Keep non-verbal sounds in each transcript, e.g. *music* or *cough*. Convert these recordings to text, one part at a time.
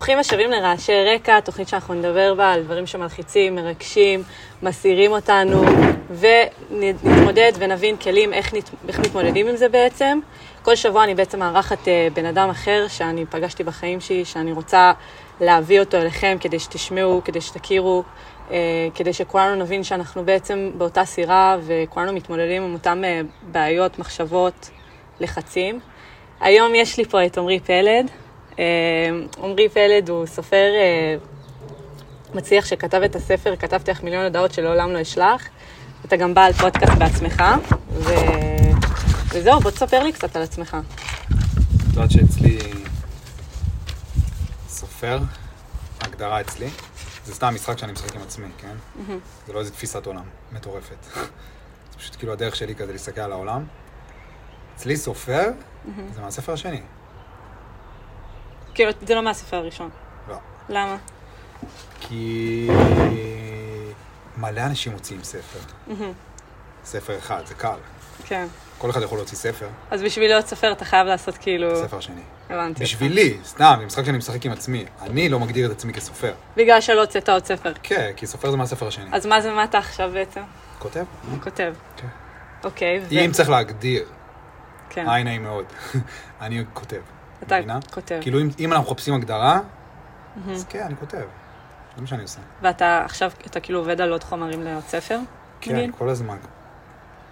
מומחים משאבים לרעשי רקע, תוכנית שאנחנו נדבר בה על דברים שמלחיצים, מרגשים, מסעירים אותנו, ונתמודד ונבין כלים איך, נת... איך מתמודדים עם זה בעצם. כל שבוע אני בעצם מארחת אה, בן אדם אחר שאני פגשתי בחיים שלי, שאני רוצה להביא אותו אליכם כדי שתשמעו, כדי שתכירו, אה, כדי שכולנו נבין שאנחנו בעצם באותה סירה וכולנו מתמודדים עם אותן אה, בעיות, מחשבות, לחצים. היום יש לי פה את עמרי פלד. אה, עמרי פלד הוא סופר אה, מצליח שכתב את הספר, כתבתי לך מיליון הודעות שלעולם לא אשלח. אתה גם בעל פודקאסט בעצמך, ו... וזהו, בוא תספר לי קצת על עצמך. את יודעת שאצלי סופר, הגדרה אצלי, זה סתם משחק שאני משחק עם עצמי, כן? זה לא איזה תפיסת עולם מטורפת. *laughs* זה פשוט כאילו הדרך שלי כזה להסתכל על העולם. אצלי סופר, זה מהספר השני. כאילו, זה לא מהספר הראשון. לא. למה? כי מלא אנשים מוציאים ספר. ספר אחד, זה קל. כן. כל אחד יכול להוציא ספר, אז בשביל להיות סופר אתה חייב לעשות כאילו... ספר שני. הבנתי. בשבילי, סתם, זה משחק שאני משחק עם עצמי. אני לא מגדיר את עצמי כסופר. בגלל שלא הוצאת עוד ספר. כן, כי סופר זה מהספר השני. אז מה זה, מה אתה עכשיו בעצם? כותב? כותב. כן. אוקיי, ו... אם צריך להגדיר, כן, היי נעים מאוד. *laughs* אני כותב. אתה כן. מבינה? כותב. כאילו אם- אם אנחנו מחפשים הגדרה, אז כן, אני כותב. זה מה שאני עושה. ואתה עכשיו, אתה כאילו עובד על עוד חומרים לעוד ספר? נגיד? כן, כל הזמן.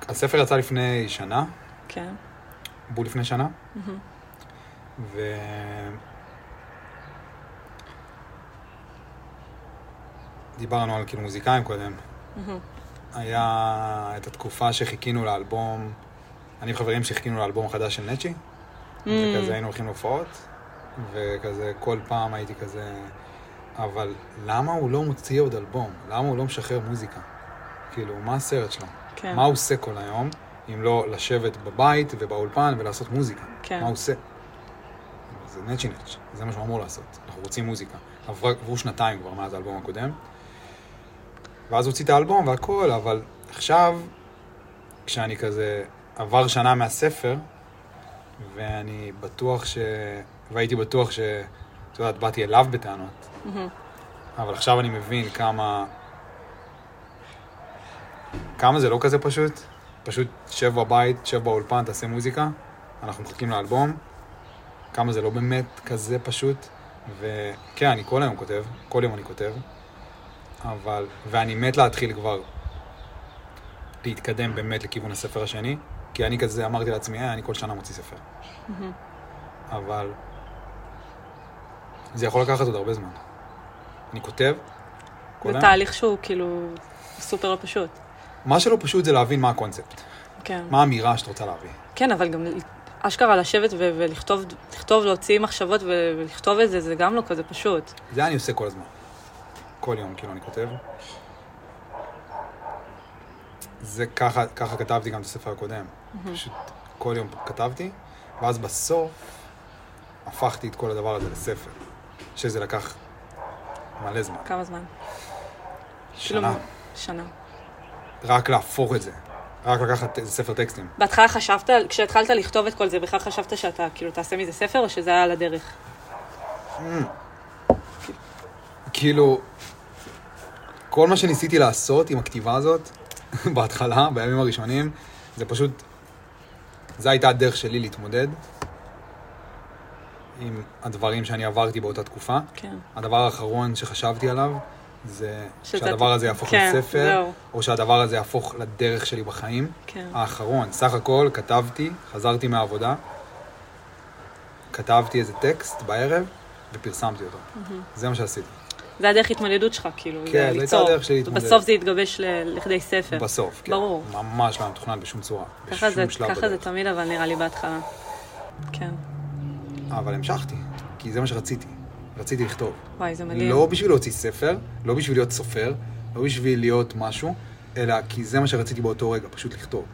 הספר יצא לפני שנה, כן. בול לפני שנה, מהמם. ו... דיברנו על כאילו מוזיקאים קודם. מהמם. היה את התקופה שחיכינו לאלבום, אני וחברים שחיכינו לאלבום החדש של נצ'י, Mm-hmm. Mm. וכזה היינו הולכים להופעות, וכזה כל פעם הייתי כזה, אבל למה הוא לא מוציא עוד אלבום? למה הוא לא משחרר מוזיקה? כאילו, מה הסרט שלו? כן, מה הוא עושה כל היום, אם לא לשבת בבית ובאולפן ולעשות מוזיקה? כן. מה הוא עושה? זה נצ'י נצ', זה מה שהוא אמור לעשות. אנחנו רוצים מוזיקה. עברה- עברו שנתיים כבר מאז האלבום הקודם, ואז הוא הוציא את האלבום והכל, אבל עכשיו, כשאני כזה, עבר שנה מהספר, ואני בטוח ש... והייתי בטוח ש... את יודעת, באתי אליו בטענות, מהמם. אבל עכשיו אני מבין כמה... כמה זה לא כזה פשוט. פשוט שב בבית, שב באולפן, תעשה מוזיקה, אנחנו מחכים לאלבום. כמה זה לא באמת כזה פשוט. וכן, אני כל היום כותב, כל יום אני כותב. אבל... ואני מת להתחיל כבר להתקדם באמת לכיוון הספר השני, כי אני כזה אמרתי לעצמי, אה, אני כל שנה מוציא ספר. מהמם. אבל זה יכול לקחת עוד הרבה זמן. אני כותב, כל זה היום. תהליך שהוא כאילו סופר לא פשוט. מה שלא פשוט זה להבין מה הקונספט, כן. מה האמירה שאת רוצה להביא. כן, אבל גם אשכרה לשבת ו- ולכתוב, לכתוב, להוציא מחשבות ו- ולכתוב את זה, זה גם לא כזה פשוט. זה אני עושה כל הזמן. כל יום, כאילו, אני כותב. זה ככה, ככה כתבתי גם את הספר הקודם. פשוט כל יום כתבתי, ואז בסוף הפכתי את כל הדבר הזה לספר, שזה לקח מלא זמן. כמה זמן? כאילו, שנה. שנה. רק להפוך את זה. רק לקחת איזה ספר טקסטים. בהתחלה חשבת, כשהתחלת לכתוב את כל זה, בכלל חשבת שאתה כאילו תעשה מזה ספר, או שזה היה על הדרך? כאילו, כל מה שניסיתי לעשות עם הכתיבה הזאת, *laughs* בהתחלה, בימים הראשונים, זה פשוט, זו הייתה הדרך שלי להתמודד עם הדברים שאני עברתי באותה תקופה. כן. הדבר האחרון שחשבתי עליו, זה שזה- שהדבר הזה יהפוך כן, לספר, זהו. או שהדבר הזה יהפוך לדרך שלי בחיים. כן. האחרון. סך הכל כתבתי, חזרתי מהעבודה, כתבתי איזה טקסט בערב ופרסמתי אותו. זה מה שעשיתי, זה הדרך התמודדות שלך, כאילו, כן, זה זו הייתה ליצור. הדרך שלי להתמודד. ובסוף זה התגבש ל- לכדי ספר. בסוף. כן. ברור. ממש לא היה מתוכנן בשום צורה. ככה זה, בשום שלב ככה זה בדרך. תמיד, אבל נראה לי בהתחלה. כן. אבל המשכתי, כי זה מה שרציתי. רציתי לכתוב. וואי, זה מדהים. לא בשביל להוציא ספר, לא בשביל להיות סופר, לא בשביל להיות משהו, אלא כי זה מה שרציתי באותו רגע, פשוט לכתוב.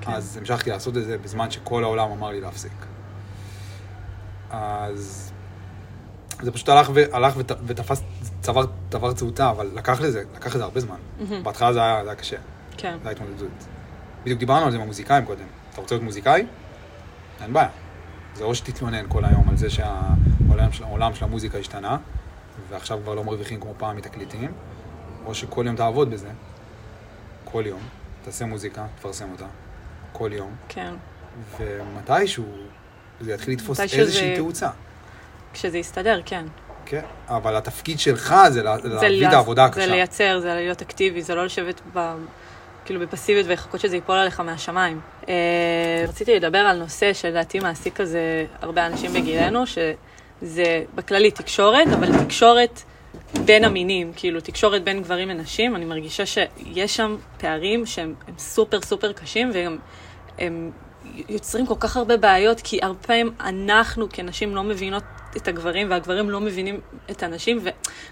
כן. אז המשכתי לעשות את זה בזמן שכל העולם אמר לי להפסיק. אז זה פשוט הלך, ו... הלך ות... ותפס, צבר, צבר תאוצה, אבל לקח לזה, לקח לזה הרבה זמן. מהמם. בהתחלה זה היה, זה היה קשה, כן. זה היה התמודדות. בדיוק דיברנו על זה עם המוזיקאים קודם. אתה רוצה להיות מוזיקאי? אין בעיה. זה או שתתלונן כל היום על זה שהעולם העולם של, העולם של המוזיקה השתנה, ועכשיו כבר לא מרוויחים כמו פעם מתקליטים, או שכל יום תעבוד בזה, כל יום, תעשה מוזיקה, תפרסם אותה, כל יום, כן. ומתישהו זה יתחיל לתפוס מתישהו איזושהי זה- תאוצה. כשזה יסתדר, כן. כן, אבל התפקיד שלך זה לה- להביא לעש- את העבודה זה הקשה. לייצר, זה להיות אקטיבי, זה לא לשבת ב... כאילו בפסיביות ולחכות שזה ייפול עליך מהשמיים. אה, רציתי לדבר על נושא שלדעתי מעסיק כזה הרבה אנשים בגילנו, שזה בכללי תקשורת, אבל תקשורת בין המינים, כאילו תקשורת בין גברים לנשים, אני מרגישה שיש שם פערים שהם הם סופר סופר קשים, והם הם יוצרים כל כך הרבה בעיות, כי הרבה פעמים אנחנו כנשים לא מבינות את הגברים, והגברים לא מבינים את הנשים,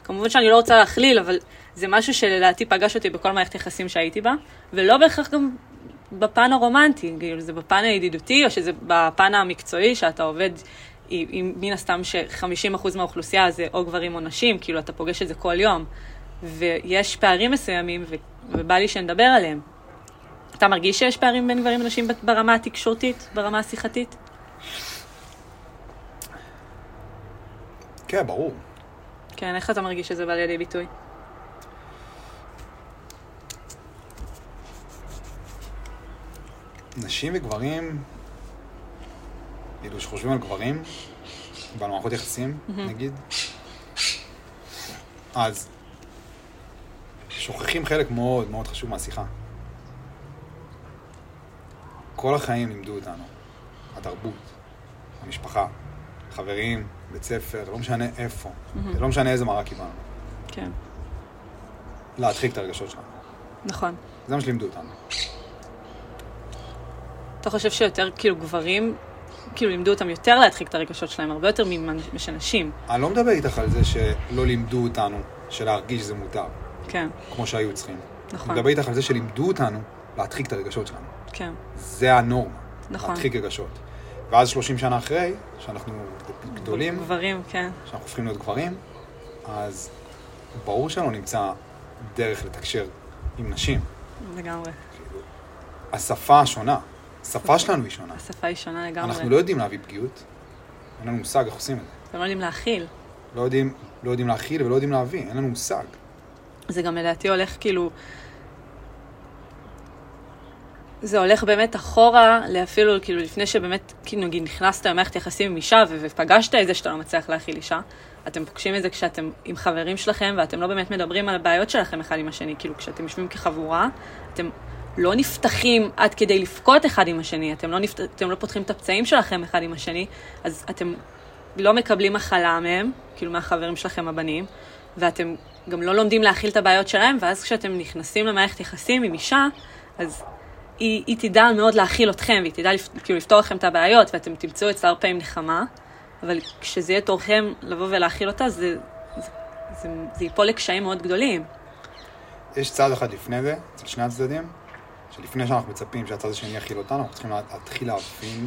וכמובן שאני לא רוצה להכליל, אבל זה משהו שלדעתי פגש אותי בכל מערכת יחסים שהייתי בה, ולא בהכרח גם בפן הרומנטי, כאילו זה בפן הידידותי, או שזה בפן המקצועי, שאתה עובד עם, עם מן הסתם ש-50% מהאוכלוסייה זה או גברים או נשים, כאילו אתה פוגש את זה כל יום, ויש פערים מסוימים, ו- ובא לי שנדבר עליהם. אתה מרגיש שיש פערים בין גברים לנשים ברמה התקשורתית, ברמה השיחתית? כן, ברור. כן, איך אתה מרגיש שזה בא לידי ביטוי? נשים וגברים, כאילו שחושבים על גברים, ועל מערכות יחסים, נגיד, אז שוכחים חלק מאוד מאוד חשוב מהשיחה. כל החיים לימדו אותנו, התרבות, המשפחה, חברים, בית ספר, לא משנה איפה, לא משנה איזה מראה קיבלנו, כן, להדחיק את הרגשות שלנו. נכון. זה מה שלימדו אותנו. אתה חושב שיותר כאילו גברים, כאילו לימדו אותם יותר להדחיק את הרגשות שלהם, הרבה יותר משנשים. אני לא מדבר איתך על זה שלא לימדו אותנו שלהרגיש זה מותר. כן, כמו שהיו צריכים. נכון. אני מדבר איתך על זה שלימדו אותנו להדחיק את הרגשות שלנו. כן, זה הנורמה. נכון. להדחיק רגשות. ואז 30 שנה אחרי, שאנחנו גדולים, גברים, כן, שאנחנו הופכים להיות גברים, אז ברור שלא נמצא דרך לתקשר עם נשים. לגמרי. השפה השונה, השפה שלנו היא שונה. השפה היא שונה אוקיי. לגמרי. אנחנו לא יודעים להביא פגיעות, אין לנו מושג איך עושים את זה. אתם לא יודעים להכיל. לא יודעים, לא יודעים להכיל ולא יודעים להביא, אין לנו מושג. זה גם לדעתי הולך כאילו... זה הולך באמת אחורה, לאפילו כאילו לפני שבאמת, כאילו נגיד נכנסת למערכת יחסים עם אישה ו- ופגשת את זה שאתה לא מצליח להכיל אישה. אתם פוגשים את זה כשאתם עם חברים שלכם ואתם לא באמת מדברים על הבעיות שלכם אחד עם השני. כאילו כשאתם יושבים כחבורה, אתם לא נפתחים עד כדי לבכות אחד עם השני, אתם לא, נפת... אתם לא פותחים את הפצעים שלכם אחד עם השני, אז אתם לא מקבלים מחלה מהם, כאילו מהחברים שלכם הבנים, ואתם גם לא לומדים להכיל את הבעיות שלהם, ואז כשאתם נכנסים למערכת יחסים עם אישה, אז היא, היא תדע מאוד להכיל אתכם, והיא תדע לפ, כאילו לפתור לכם את הבעיות, ואתם תמצאו אצלה הרבה פעמים נחמה, אבל כשזה יהיה תורכם לבוא ולהכיל אותה, זה, זה, זה, זה ייפול לקשיים מאוד גדולים. יש צעד אחד לפני זה, אצל שני הצדדים, שלפני שאנחנו מצפים שהצד השני יכיל אותנו, אנחנו צריכים להתחיל להבין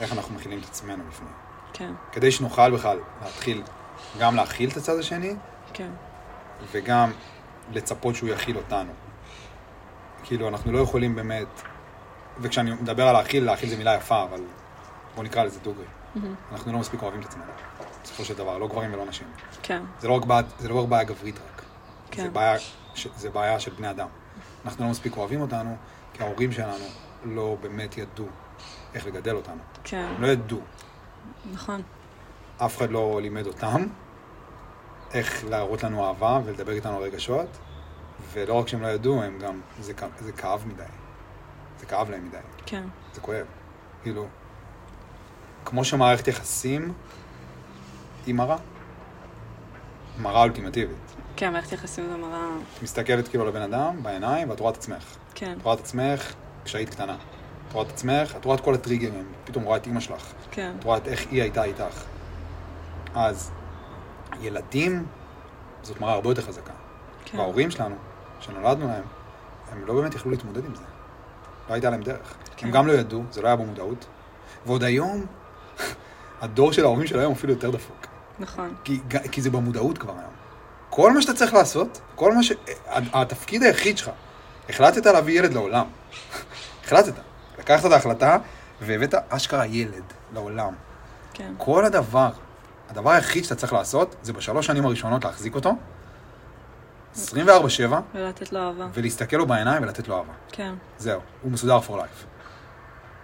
איך אנחנו מכילים את עצמנו לפני. כן, כדי שנוכל בכלל להתחיל גם להכיל את הצד השני, כן, וגם לצפות שהוא יכיל אותנו. כאילו, אנחנו לא יכולים באמת, וכשאני מדבר על להכיל, להכיל זה מילה יפה, אבל בוא נקרא לזה דוגרי. אנחנו לא מספיק אוהבים את עצמנו, בסופו של דבר, לא גברים ולא נשים. כן, זה לא רק בעיה, זה לא רק בעיה גברית רק. כן. זה, בעיה, ש- זה בעיה של בני אדם. אנחנו לא מספיק אוהבים אותנו, כי ההורים שלנו לא באמת ידעו איך לגדל אותנו. כן, הם לא ידעו. נכון, אף אחד לא לימד אותם איך להראות לנו אהבה ולדבר איתנו על רגשות, ולא רק שהם לא ידעו, הם גם, זה, כ- זה כאב מדי. זה כאב להם מדי. כן, זה כואב. כאילו, כמו שמערכת יחסים היא מראה. מראה אולטימטיבית. כן, מערכת יחסים זה מראה, את מסתכלת כאילו לבן אדם בעיניים ואת רואה את עצמך. כן, את רואה את עצמך כשהיית קטנה. את רואה את עצמך, את רואה את כל הטריגרים, פתאום רואה את אימא שלך. כן, את רואה את איך היא הייתה איתך. אז ילדים, זאת מראה הרבה יותר חזקה. כן, וההורים שלנו, שנולדנו להם, הם לא באמת יכלו להתמודד עם זה. לא הייתה להם דרך. כן. הם גם לא ידעו, זה לא היה במודעות. ועוד היום, *laughs* הדור של ההורים של היום אפילו יותר דפוק. נכון, כי, כי זה במודעות כבר היום. כל מה שאתה צריך לעשות, כל מה ש... התפקיד היחיד שלך, החלטת להביא ילד לעולם. *laughs* החלטת. לקחת את ההחלטה והבאת אשכרה ילד לעולם. כן, כל הדבר הדבר היחיד שאתה צריך לעשות, זה בשלוש שנים הראשונות להחזיק אותו, 24-7, ולתת לו אהבה. ולהסתכל לו בעיניים ולתת לו אהבה. כן, זהו, הוא מסודר for life.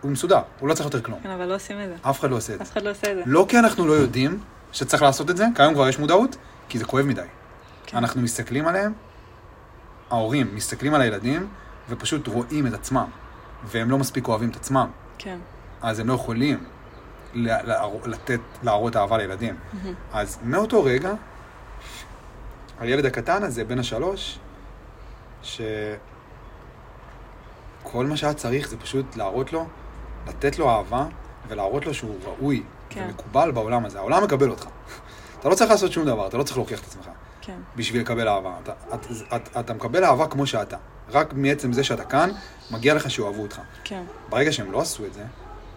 הוא מסודר, הוא לא צריך יותר כלום. כן, אבל לא עושים את זה. אף אחד לא עושה את זה. אף אחד לא עושה את זה. לא כי אנחנו לא יודעים שצריך לעשות את זה, כי היום כבר יש מודעות, כי זה כואב מדי. כן. אנחנו מסתכלים עליהם, ההורים מסתכלים על הילדים, ופשוט רואים את עצמם. והם לא מספיק אוהבים את עצמם, כן, אז הם לא יכולים ל- להר- לתת, להראות אהבה לילדים. אז מאותו רגע, הילד הקטן הזה, בן השלוש, שכל מה שהיה צריך זה פשוט להראות לו, לתת לו אהבה, ולהראות לו שהוא ראוי כן. ומקובל בעולם הזה. העולם מקבל אותך. אתה לא צריך לעשות שום דבר, אתה לא צריך להוכיח את עצמך. כן, בשביל לקבל אהבה. אתה, אתה, אתה, אתה מקבל אהבה כמו שאתה. רק מעצם זה שאתה כאן, מגיע לך שאוהבו אותך. כן, ברגע שהם לא עשו את זה,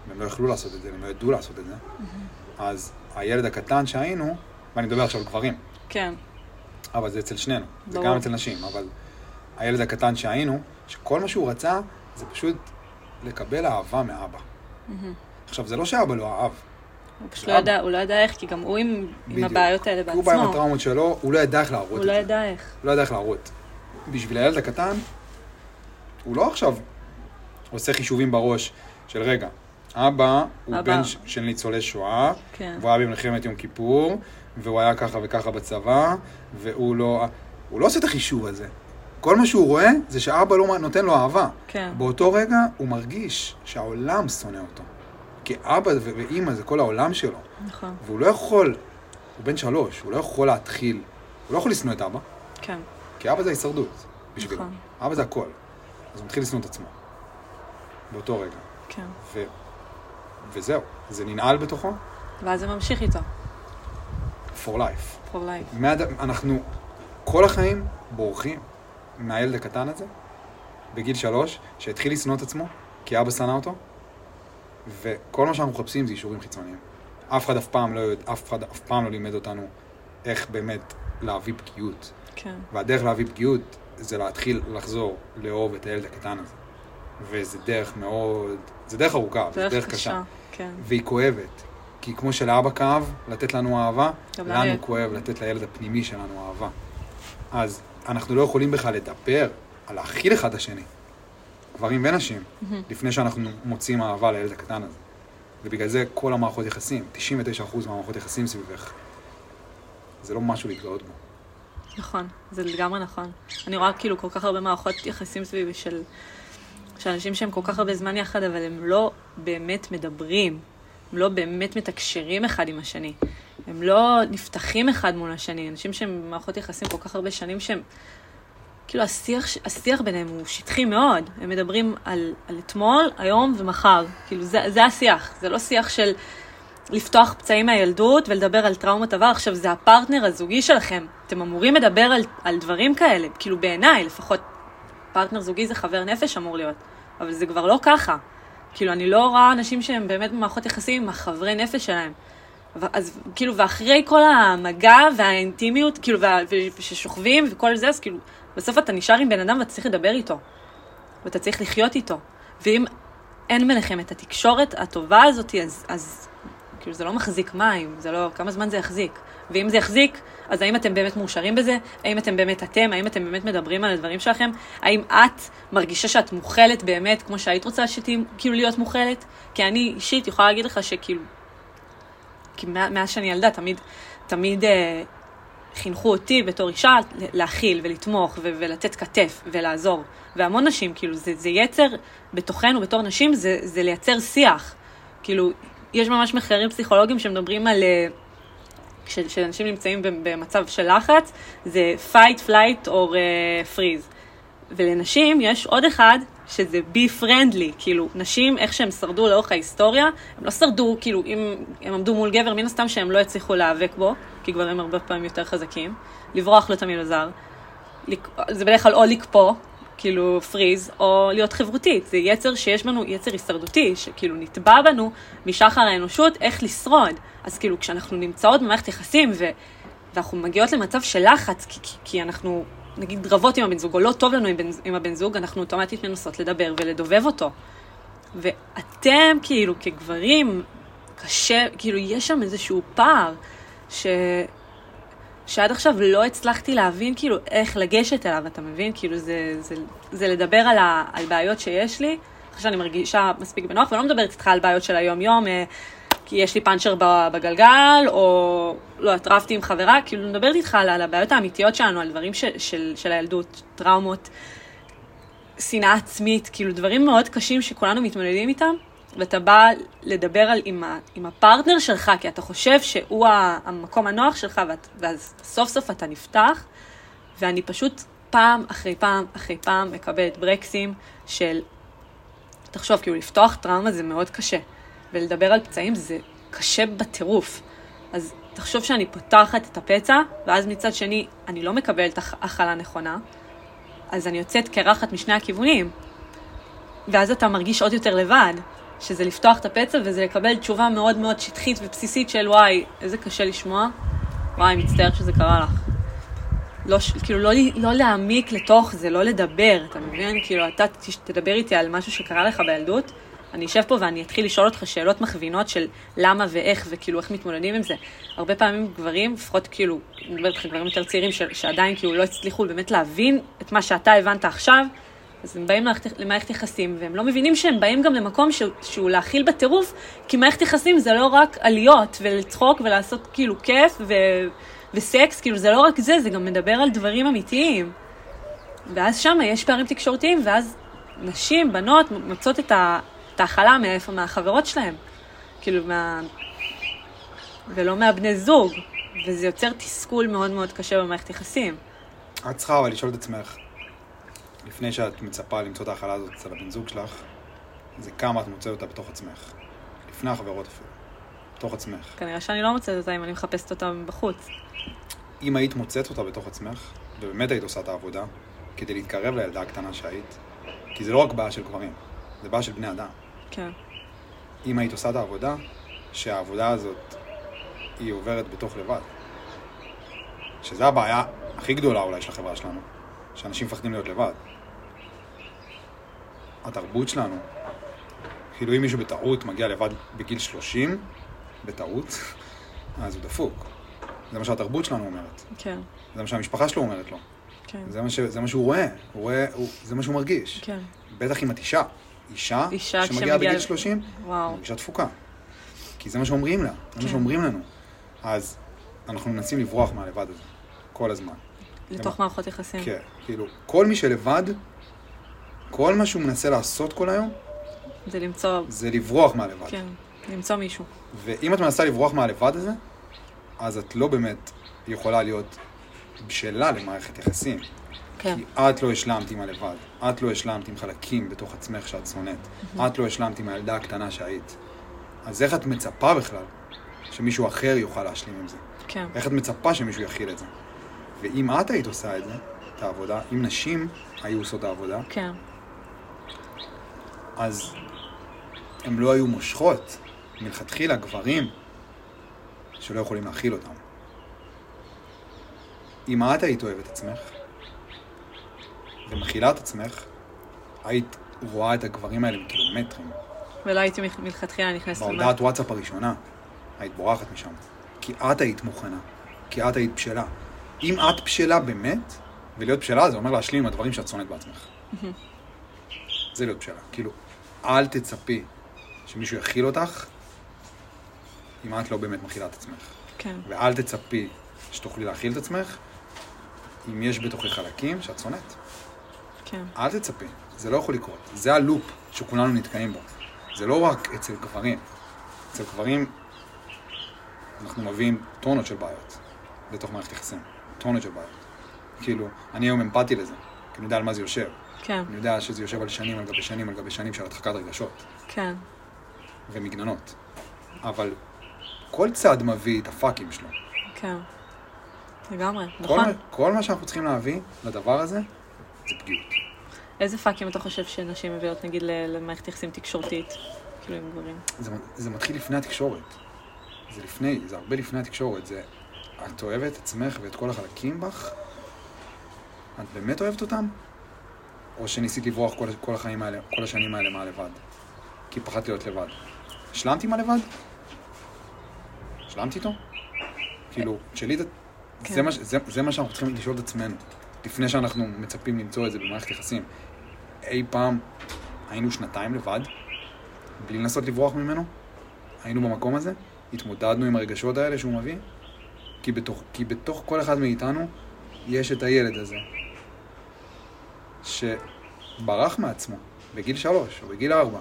והם לא יכלו לעשות את זה, והם לא ידעו לעשות את זה, אז הילד הקטן שהיינו, ואני מדבר עכשיו על גברים, כן, אבל זה אצל שנינו, זה ברור. גם אצל נשים, אבל הילד הקטן שהיינו, שכל מה שהוא רצה זה פשוט לקבל אהבה מאבא. עכשיו, זה לא שאבא לא אהב, הוא פשוט לא ידע, הוא לא ידע איך, כי גם הוא עם עם אה, בדיוק. הבעיות האלה כי הוא בא עם בעצמו. הטראומות שלו, הוא לא ידע איך להראות את הוא זה. לא ידע איך. לא יודע איך להראות. בשביל הילד הקטן, הוא לא עכשיו עושה חישובים בראש של רגע, אבא הוא אבא. בן ש- של ניצולי שואה, כן. והוא היה במלחמת יום כיפור, והוא היה ככה וככה בצבא, והוא לא... הוא לא עושה את החישוב הזה. כל מה שהוא רואה זה שאבא לא נותן לו אהבה. כן. באותו רגע הוא מרגיש שהעולם שונא אותו. כי אבא ו- ואימא זה כל העולם שלו. נכון, והוא לא יכול, הוא בן שלוש, הוא לא יכול להתחיל, הוא לא יכול לשנוא את אבא. כן, כי אבא זה ההישרדות בשבילו. נכון. אבא זה הכל. אז הוא מתחיל לשנוא את עצמו. באותו רגע. כן. ו... וזהו. זה ננעל בתוכו ואז זה ממשיך איתו, for life. for life. מהד... אנחנו כל החיים בורחים מהילד הקטן הזה, בגיל שלוש, שהתחיל לשנוא את עצמו, כי אבא שנא אותו, וכל מה שאנחנו מחפשים זה אישורים חיצוניים. אף אחד אף פעם לא, יודע, אף אחד אף פעם לא לימד אותנו איך באמת להביא בקיאות. כן, והדרך להביא פגיעות זה להתחיל לחזור לאהוב את הילד הקטן הזה. וזה דרך מאוד... זה דרך ארוכה, זה דרך דרך קשה. קשה. כן, והיא כואבת. כי כמו שלאבא כאב לתת לנו אהבה, גם לנו לילד. כואב לתת לילד הפנימי שלנו אהבה. אז אנחנו לא יכולים בכלל לדבר על להכיל אחד את השני, גברים ונשים, לפני שאנחנו מוצאים אהבה לילד הקטן הזה. ובגלל זה כל המערכות יחסים, 99% מהמערכות יחסים סביבך, זה לא משהו להתגאות בו. נכון, זה לגמרי נכון. אני רואה כאילו כל כך הרבה מערכות יחסים סביבי של... של אנשים שהם כל כך הרבה זמן יחד, אבל הם לא באמת מדברים. הם לא באמת מתקשרים אחד עם השני. הם לא נפתחים אחד מול השני. אנשים שהם במערכות יחסים כל כך הרבה שנים שהם... כאילו השיח, ש- השיח ביניהם הוא שטחי מאוד. הם מדברים על, על אתמול, היום ומחר. כאילו זה, זה השיח. זה לא שיח של לפתוח פצעים מהילדות ולדבר על טראומות עבר. עכשיו, זה הפרטנר הזוגי שלכם. אתם אמורים לדבר על, על דברים כאלה. כאילו בעיניי, לפחות פרטנר זוגי זה חבר נפש אמור להיות, אבל זה כבר לא ככה. כאילו, אני לא רואה אנשים שהם באמת במערכות יחסים עם החברי נפש שלהם. ו- אז כאילו, ואחרי כל המגע והאינטימיות, כאילו, וה- ו- ששוכבים וכל זה, אז כאילו, בסוף אתה נשאר עם בן אדם ואתה צריך לדבר איתו. ואתה צריך לחיות איתו. ואם אין ביניכם את התקשורת הטובה הזאת, אז, אז כאילו זה לא מחזיק מים, זה לא, כמה זמן זה יחזיק. ואם זה יחזיק, אז האם אתם באמת מאושרים בזה? האם אתם באמת אתם? האם אתם באמת מדברים על הדברים שלכם? האם את מרגישה שאת מוכלת באמת, כמו שהיית רוצה שתהיי, כאילו להיות מוכלת? כי אני אישית יכולה להגיד לך שכאילו, כי מה- מאז שאני ילדה תמיד, תמיד אה, חינכו אותי בתור אישה להכיל ולתמוך ו- ולתת כתף ולעזור. והמון נשים, כאילו, זה, זה יצר בתוכנו, בתור נשים, זה, זה לייצר שיח. כאילו, יש ממש מחקרים פסיכולוגיים שמדברים על... אה, כש- כשאנשים נמצאים ב- במצב של לחץ, זה fight, flight or uh, freeze. ולנשים יש עוד אחד, שזה be friendly, כאילו, נשים, איך שהם שרדו לאורך ההיסטוריה, הם לא שרדו, כאילו, אם הם עמדו מול גבר, מן הסתם שהם לא הצליחו להיאבק בו, כי גברים הרבה פעמים יותר חזקים, לברוח לא תמיד עזר, לק... זה בדרך כלל או לקפוא, כאילו פריז, או להיות חברותית. זה יצר שיש בנו, יצר הישרדותי, שכאילו נטבע בנו משחר האנושות איך לשרוד. אז כאילו כשאנחנו נמצאות במערכת יחסים ו... ואנחנו מגיעות למצב של לחץ, כי, כי, כי אנחנו נגיד רבות עם הבן זוג, או לא טוב לנו עם, בן, עם הבן זוג, אנחנו אוטומטית מנסות לדבר ולדובב אותו. ואתם כאילו כגברים, קשה, כאילו יש שם איזשהו פער. ש... שעד עכשיו לא הצלחתי להבין כאילו איך לגשת אליו, אתה מבין? כאילו זה, זה, זה לדבר על, ה, על בעיות שיש לי, אחרי שאני מרגישה מספיק בנוח, ואני לא מדברת איתך על בעיות של היום-יום, אה, כי יש לי פאנצ'ר ב- בגלגל, או לא, הטרפתי עם חברה, כאילו מדברת איתך על, על הבעיות האמיתיות שלנו, על דברים ש, של, של הילדות, טראומות, שנאה עצמית, כאילו דברים מאוד קשים שכולנו מתמודדים איתם, ואתה בא לדבר על, עם, ה, עם הפרטנר שלך, כי אתה חושב שהוא ה- המקום הנוח שלך, ואת, ואז סוף סוף אתה נפתח, ואני פשוט פעם אחרי פעם אחרי פעם מקבלת ברקסים של, תחשוב, כאילו לפתוח טראומה זה מאוד קשה, ולדבר על פצעים זה קשה בטירוף. אז תחשוב שאני פותחת את הפצע, ואז מצד שני אני לא מקבלת הכ- הכלה נכונה, אז אני יוצאת קרחת משני הכיוונים. ואז אתה מרגיש עוד יותר לבד, שזה לפתוח את הפצע וזה לקבל תשובה מאוד מאוד שטחית ובסיסית של וואי, איזה קשה לשמוע, וואי, מצטער שזה קרה לך. לא, ש- כאילו, לא, ל- לא להעמיק לתוך זה, לא לדבר, אתה מבין? כאילו, אתה תש- תדבר איתי על משהו שקרה לך בילדות, אני אשב פה ואני אתחיל לשאול אותך שאלות מכווינות של למה ואיך, וכאילו, איך מתמודדים עם זה. הרבה פעמים גברים, לפחות כאילו, אני מדברת איתך על גברים יותר צעירים, ש- שעדיין כאילו לא הצליחו באמת להבין את מה שאתה הבנת עכשיו, אז הם באים למערכת, למערכת יחסים, והם לא מבינים שהם באים גם למקום שהוא, שהוא להכיל בטירוף, כי מערכת יחסים זה לא רק עליות ולצחוק ולעשות כאילו כיף ו, וסקס, כאילו זה לא רק זה, זה גם מדבר על דברים אמיתיים. ואז שם יש פערים תקשורתיים, ואז נשים, בנות, מוצאות את, ה, את ההכלה מאיפה, מהחברות שלהן. כאילו, מה... ולא מהבני זוג. וזה יוצר תסכול מאוד מאוד קשה במערכת יחסים. את צריכה אבל לשאול את עצמך, לפני שאת מצפה למצוא את ההכלה הזאת אצל הבן זוג שלך, זה כמה את מוצאת אותה בתוך עצמך. לפני החברות אפילו. בתוך עצמך. כנראה שאני לא מוצאת אותה אם אני מחפשת אותה בחוץ. אם היית מוצאת אותה בתוך עצמך, ובאמת היית עושה את העבודה, כדי להתקרב לילדה הקטנה שהיית, כי זה לא רק בעיה של גברים, זה בעיה של בני אדם. כן. אם היית עושה את העבודה, שהעבודה הזאת היא עוברת בתוך לבד. שזה הבעיה הכי גדולה אולי של החברה שלנו, שאנשים מפחדים להיות לבד. התרבות שלנו, כאילו אם מישהו בטעות מגיע לבד בגיל 30, בטעות, אז הוא דפוק. זה מה שהתרבות שלנו אומרת, כן, זה מה שהמשפחה שלו אומרת לו, כן, זה מה, ש... זה מה שהוא רואה, הוא רואה הוא... זה מה שהוא מרגיש. כן, בטח אם את אישה, אישה, אישה שמגיעה כשמגיעה בגיל ל- 30, היא וואו, מרגישה תפוקה. כי זה מה שאומרים לה, זה מה כן. שאומרים לנו. אז אנחנו מנסים לברוח מהלבד הזה, כל הזמן. לתוך מערכות יחסים. כן, כאילו, כל מי שלבד, כל מה שהוא מנסה לעשות כל היום, זה למצוא, זה לברוח מהלבד. כן, למצוא מישהו. ואם את מנסה לברוח מהלבד הזה, אז את לא באמת יכולה להיות בשלה למערכת יחסים. כן, כי את לא השלמת עם הלבד, את לא השלמת עם חלקים בתוך עצמך שאת שונאת, את לא השלמת עם הילדה הקטנה שהיית. אז איך את מצפה בכלל שמישהו אחר יוכל להשלים עם זה? כן, איך את מצפה שמישהו יכיל את זה? ואם את היית עושה את זה, את העבודה, אם נשים היו עושות את העבודה, כן, אז הן לא היו מושכות מלכתחילה גברים שלא יכולים להכיל אותם. אם את היית אוהבת עצמך ומכילה את עצמך, היית רואה את הגברים האלה מקילומטרים. ולא הייתי מ- מלכתחילה נכנסת בהודעת וואטסאפ הראשונה, היית בורחת משם. כי את היית מוכנה, כי את היית בשלה. אם את בשלה באמת, ולהיות בשלה זה אומר להשלים עם הדברים שאת שונאת בעצמך. זה להיות בשלה. כאילו, אל תצפי שמישהו יכיל אותך, אם את לא באמת מכילה את עצמך. כן, ואל תצפי שתוכלי להכיל את עצמך, אם יש בתוכי חלקים שאת שונאת. כן, אל תצפי, זה לא יכול לקרות. זה הלופ שכולנו נתקעים בו. זה לא רק אצל גברים. אצל גברים אנחנו מביאים טונות של בעיות לתוך מערכת יחסים. טונות של בעיות. כאילו, אני היום אמפתי לזה, כי אני יודע על מה זה יושב. כן, אני יודע שזה יושב על שנים על גבי שנים על גבי שנים של הדחקת רגשות כן, ומגננות. אבל כל צד מביא את הפאקים שלו. כן. לגמרי, כל, נכון. כל מה שאנחנו צריכים להביא לדבר הזה, זה פגיעות. איזה פאקים אתה חושב שנשים מביאות, נגיד, ל- למערכת יחסים תקשורתית? כאילו, עם גברים. זה, זה מתחיל לפני התקשורת. זה לפני, זה הרבה לפני התקשורת. זה, את אוהבת את עצמך ואת כל החלקים בך? את באמת אוהבת אותם? או שניסית לברוח כל, כל החיים האלה, כל השנים האלה מהלבד? כי פחדת להיות לבד. השלמת עם הלבד? השלמת איתו? כאילו, שלי זה- כן. זה מה ש- זה זה מה שאנחנו צריכים לשאול את עצמנו, לפני שאנחנו מצפים למצוא את זה במערכת יחסים. אי פעם היינו שנתיים לבד, בלי לנסות לברוח ממנו, היינו במקום הזה, התמודדנו עם הרגשות האלה שהוא מביא, כי בתוך, כי בתוך כל אחד מאיתנו יש את הילד הזה, שברח מעצמו בגיל שלוש או בגיל ארבע,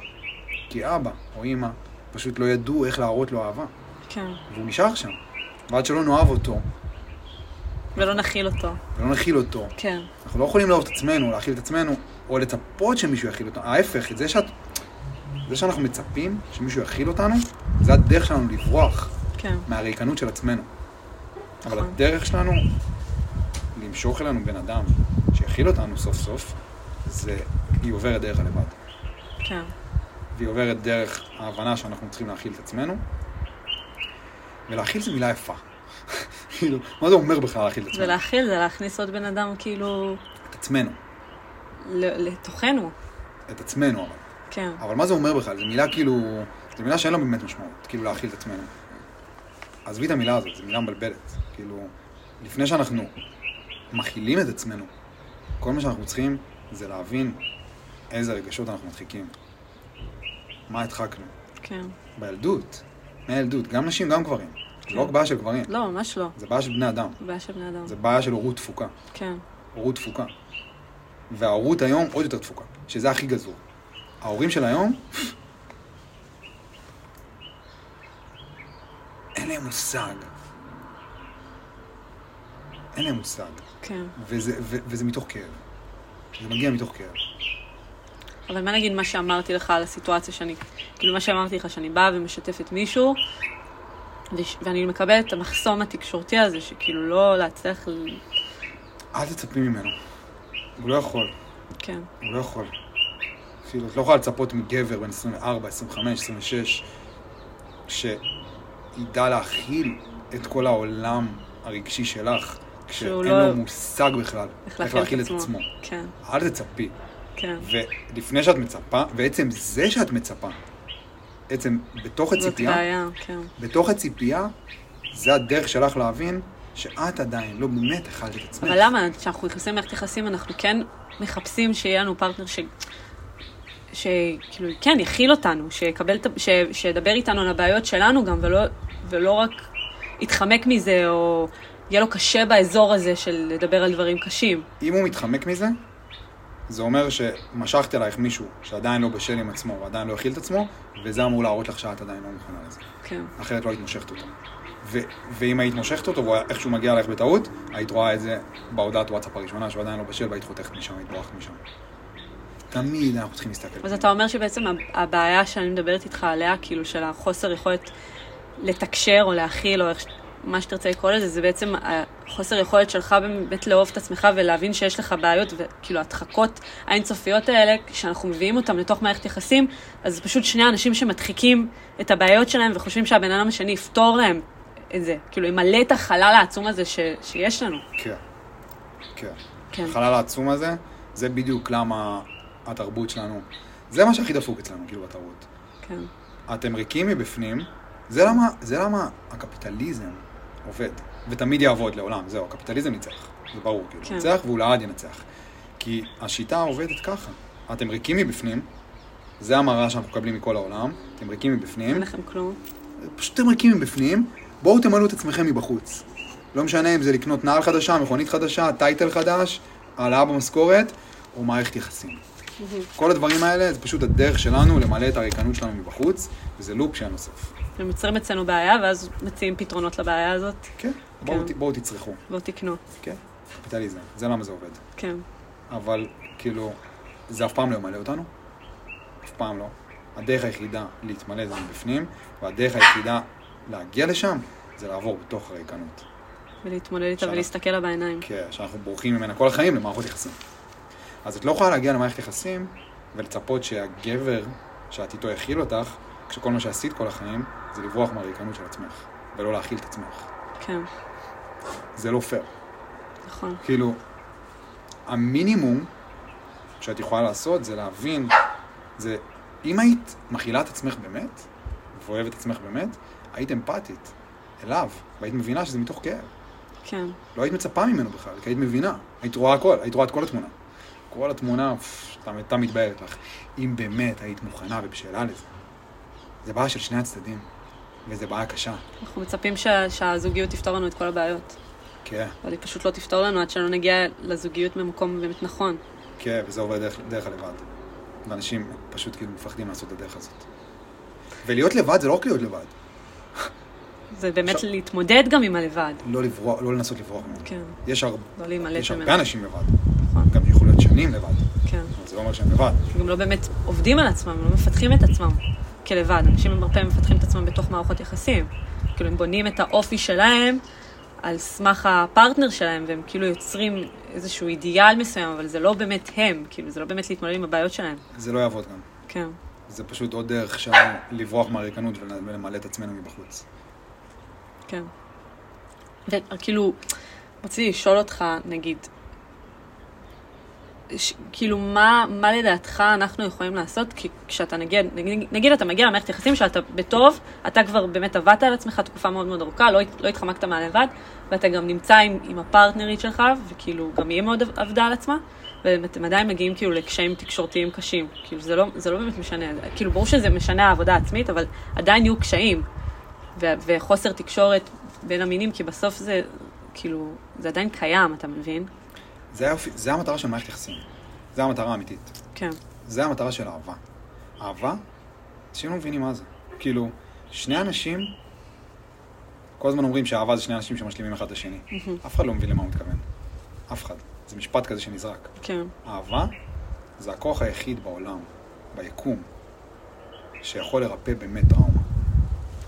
כי אבא או אימא פשוט לא ידעו איך להראות לו אהבה, כן. והוא נשאר שם. ועד שלא נאהב אותו, ולא נכיל אותו. ולא נכיל אותו, כן. אנחנו לא יכולים לאהוב את עצמנו, להכיל את עצמנו, או לצפות שמישהו יכיל אותנו. ההפך, את זה, שאת, זה שאנחנו מצפים שמישהו יכיל אותנו, זה הדרך שלנו לברוח כן. מהריקנות של עצמנו. אבל נכון. הדרך שלנו למשוך אלינו בן אדם שיכיל אותנו סוף סוף, זה, היא עוברת דרך הלבד. כן. והיא עוברת דרך ההבנה שאנחנו צריכים להכיל את עצמנו. ולהכיל זו מילה יפה. *laughs* כאילו, מה זה אומר בכלל להכיל את עצמנו? ולהכיל זה להכניס עוד בן אדם כאילו את עצמנו. ל- לתוכנו. את עצמנו אבל. כן. אבל מה זה אומר בכלל? זו מילה כאילו... זו מילה שאין לה באמת משמעות, כאילו להכיל את עצמנו. עזבי את המילה הזאת, זו מילה מבלבלת. כאילו, לפני שאנחנו מכילים את עצמנו, כל מה שאנחנו צריכים זה להבין איזה רגשות אנחנו מדחיקים. מה הדחקנו? כן. בילדות, מהילדות, גם נשים, גם גברים. זה לא רק בעיה של גברים, לא, ממש לא. זה בעיה של בני אדם. בעיה של בני אדם. זה בעיה של הורות תפוקה. כן. הורות תפוקה. וההורות היום עוד יותר תפוקה, שזה הכי גזור. ההורים של היום, אין להם מושג. אין להם מושג. כן. וזה, ו, וזה מתוך כאב. זה מגיע מתוך כאב. אבל מה נגיד מה שאמרתי לך על הסיטואציה שאני, כאילו מה שאמרתי לך שאני באה ומשתפת מישהו, וש- ואני מקבלת את המחסום התקשורתי הזה, שכאילו לא להצליח, ל- אל תצפי ממנו. הוא לא יכול. כן, הוא לא יכול. כאילו, את לא יכולה לצפות מגבר בן 24, 25, 26, שידע להכיל את כל העולם הרגשי שלך, שהוא כשאין לא- לו מושג בכלל איך להכיל את עצמו. כן, אל תצפי. כן, ולפני שאת מצפה, ועצם זה שאת מצפה, עצם בתוך זאת הציפייה, בעיה, כן, בתוך הציפייה, זה הדרך שלך להבין שאת עדיין לא באמת אכלת את עצמך. אבל למה כשאנחנו נכנסים למערכת יחסים אנחנו כן מחפשים שיהיה לנו פרטנר ש... שכאילו, כן, יכיל אותנו, שיקבל, את ה- ש... שידבר איתנו על הבעיות שלנו גם, ולא, ולא רק יתחמק מזה, או יהיה לו קשה באזור הזה של לדבר על דברים קשים. אם הוא מתחמק מזה, זה אומר שמשכת אלייך מישהו שעדיין לא בשל עם עצמו ועדיין לא הכיל את עצמו, וזה אמור להראות לך שאת עדיין לא מוכנה לזה. כן, אחרת לא היית מושכת אותו. ו- ואם היית מושכת אותו והוא היה- איכשהו מגיע אלייך בטעות, היית רואה את זה בהודעת וואטסאפ הראשונה שהוא עדיין לא בשל והיית חותכת משם, היית בורחת משם. תמיד אנחנו צריכים להסתכל. אז אתה אומר שבעצם הב- הבעיה שאני מדברת איתך עליה, כאילו של החוסר יכולת לתקשר או להכיל או איך, ש- מה שתרצה לקרוא לזה, זה בעצם החוסר יכולת שלך באמת לאהוב את עצמך ולהבין שיש לך בעיות, וכאילו ההדחקות האינסופיות האלה, כשאנחנו מביאים אותן לתוך מערכת יחסים, אז זה פשוט שני אנשים שמדחיקים את הבעיות שלהם וחושבים שהבן אדם השני יפתור להם את זה, כאילו ימלא את החלל העצום הזה ש, שיש לנו. כן. כן. כן, החלל העצום הזה, זה בדיוק למה התרבות שלנו, זה מה שהכי דפוק אצלנו, כאילו, בתרבות. כן, אתם ריקים מבפנים, זה למה, זה למה הקפיטליזם עובד, ותמיד יעבוד לעולם, זהו, הקפיטליזם ניצח, זה ברור, כאילו, כן. כן. ניצח והוא לעד ינצח. כי השיטה עובדת ככה, אתם ריקים מבפנים, זה המראה שאנחנו מקבלים מכל העולם, אתם ריקים מבפנים, אין לכם כלום. פשוט אתם ריקים מבפנים, בואו תמלאו את עצמכם מבחוץ. לא משנה אם זה לקנות נעל חדשה, מכונית חדשה, טייטל חדש, העלאה במשכורת, או מערכת יחסים. כל הדברים האלה זה פשוט הדרך שלנו למלא את הריקנות שלנו מבחוץ, וזה לופ שאין לו סוף. הם יוצרים אצלנו בעיה, ואז מציעים פתרונות לבעיה הזאת, כן, בואו, כן. ת- בואו תצרכו, לא תקנו. כן? קפיטליזם, זה למה זה עובד. כן, אבל כאילו, זה אף פעם לא ימלא אותנו, אף פעם לא. הדרך היחידה להתמלא זה מבפנים, והדרך היחידה להגיע לשם זה לעבור בתוך הריקנות. ולהתמודד איתה שנה. ולהסתכל לה בעיניים. כן, שאנחנו בורחים ממנה כל החיים למערכות יחסים. אז את לא יכולה להגיע למערכת יחסים ולצפות שהגבר שאת איתו יכיל אותך, כשכל מה שעשית כל החיים זה לברוח מהריקנות של עצמך, ולא להכיל את עצמך. כן, זה לא פייר. נכון. כאילו, המינימום שאת יכולה לעשות זה להבין, זה אם היית מכילה את עצמך באמת, ואוהבת את עצמך באמת, היית אמפתית. אליו, והיית מבינה שזה מתוך כאב. כן. לא היית מצפה ממנו בכלל, כי היית מבינה. היית רואה הכל, היית רואה את כל התמונה. כל התמונה, פפ, אתה- אתה מתבהרת לך. אם באמת היית מוכנה ובשאלה לזה. זה בעיה של שני הצדדים, וזו בעיה קשה. אנחנו מצפים ש... שהזוגיות תפתור לנו את כל הבעיות. כן, אבל היא פשוט לא תפתור לנו עד שלא נגיע לזוגיות ממקום באמת נכון. כן, וזה עובר דרך, דרך הלבד. ואנשים פשוט כאילו מפחדים לעשות את הדרך הזאת. ולהיות לבד זה לא רק להיות לבד, זה באמת עכשיו- להתמודד גם עם הלבד. לא, לברוח, לא לנסות לברוח ממנו. כן, יש, הר... לא להימלט יש ממנו. הרבה אנשים לבד, נכון, גם יכול להיות שנים לבד, כן. אבל זה לא אומר שהם לבד. גם לא באמת עובדים על עצמם, לא מפתחים את עצמם כלבד. אנשים הרבה פעמים מפתחים את עצמם בתוך מערכות יחסים. כאילו, הם בונים את האופי שלהם על סמך הפרטנר שלהם, והם כאילו יוצרים איזשהו אידיאל מסוים, אבל זה לא באמת הם, כאילו, זה לא באמת להתמודד עם הבעיות שלהם. זה לא יעבוד גם. כן, זה פשוט עוד דרך שלנו לברוח מהריקנות ול- ולמלא את עצמנו מבחוץ. כן. וכאילו, רציתי לשאול אותך, נגיד, ש, כאילו, מה, מה לדעתך אנחנו יכולים לעשות? כי כשאתה נגיע, נגיד, נגיד אתה מגיע למערכת יחסים שאתה בטוב, אתה כבר באמת עבדת על עצמך תקופה מאוד מאוד ארוכה, לא, הת- לא התחמקת מהלבד, ואתה גם נמצא עם, עם הפרטנרית שלך, וכאילו, גם היא מאוד עב- עבדה על עצמה, ואתם עדיין מגיעים כאילו לקשיים תקשורתיים קשים. כאילו, זה לא, זה לא באמת משנה, כאילו, ברור שזה משנה העבודה העצמית, אבל עדיין יהיו קשיים, ו, וחוסר תקשורת בין המינים, כי בסוף זה, כאילו, זה עדיין קיים, אתה מבין? זה, היופי- זה המטרה של מערכת יחסים. זה המטרה האמיתית. כן, זה המטרה של אהבה. אהבה, אנשים לא מבינים מה זה. כאילו, שני אנשים, כל הזמן אומרים שאהבה זה שני אנשים שמשלימים אחד את השני. אף אחד לא מבין למה הוא מתכוון. אף אחד. זה משפט כזה שנזרק. כן, אהבה זה הכוח היחיד בעולם, ביקום, שיכול לרפא באמת טראומה.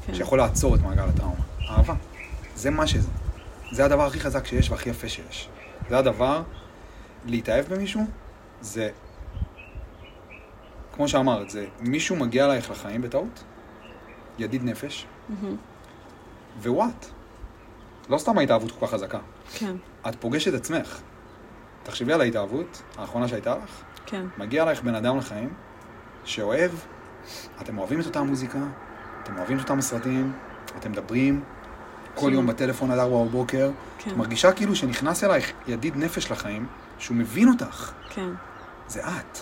כן. שיכול לעצור את מעגל הטראומה. אהבה. זה מה שזה. זה הדבר הכי חזק שיש והכי יפה שיש. זה הדבר, להתאהב במישהו, זה, כמו שאמרת, זה מישהו מגיע אלייך לחיים בטעות, ידיד נפש, מהמם. ווואט. לא סתם ההתאהבות כל כך חזקה. כן, את פוגשת עצמך. תחשבי על ההתאהבות האחרונה שהייתה לך, כן. מגיע אלייך בן אדם לחיים, שאוהב, אתם אוהבים את אותה המוזיקה, אתם אוהבים את אותם הסרטים, אתם מדברים כל יום בטלפון עד 4 בבוקר, כן, את מרגישה כאילו שנכנס אלייך ידיד נפש לחיים, שהוא מבין אותך, כן. זה את,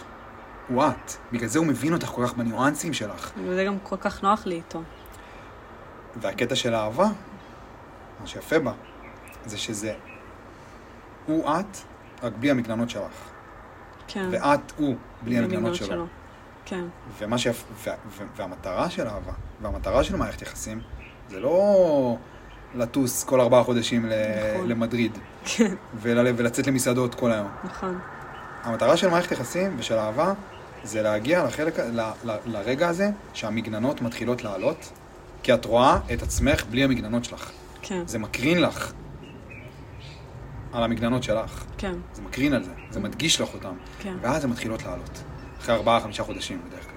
הוא את, בגלל זה הוא מבין אותך כל כך בניואנסים שלך. וזה גם כל כך נוח לי איתו. והקטע של אהבה, מה שיפה בה, זה שזה הוא את, רק בלי המגננות שלך, כן. ואת הוא אה. בלי עם המגננות המגננות שלו. כן, ומה שיפ... וה... וה- והמטרה של אהבה, והמטרה של מערכת יחסים, זה לא לטוס כל ארבעה חודשים ל... נכון. כן. למדריד, ול... ולצאת למסעדות כל היום. נכון. המטרה של מערכת יחסים ושל אהבה, זה להגיע לחלק... ל... ל... לרגע הזה שהמגננות מתחילות לעלות, כי את רואה את עצמך בלי המגננות שלך. כן, זה מקרין לך על המגננות שלך. כן, זה מקרין על זה, זה מדגיש לך אותם. כן, ואז הן מתחילות לעלות. אחרי ארבעה, חמישה חודשים בדרך כלל.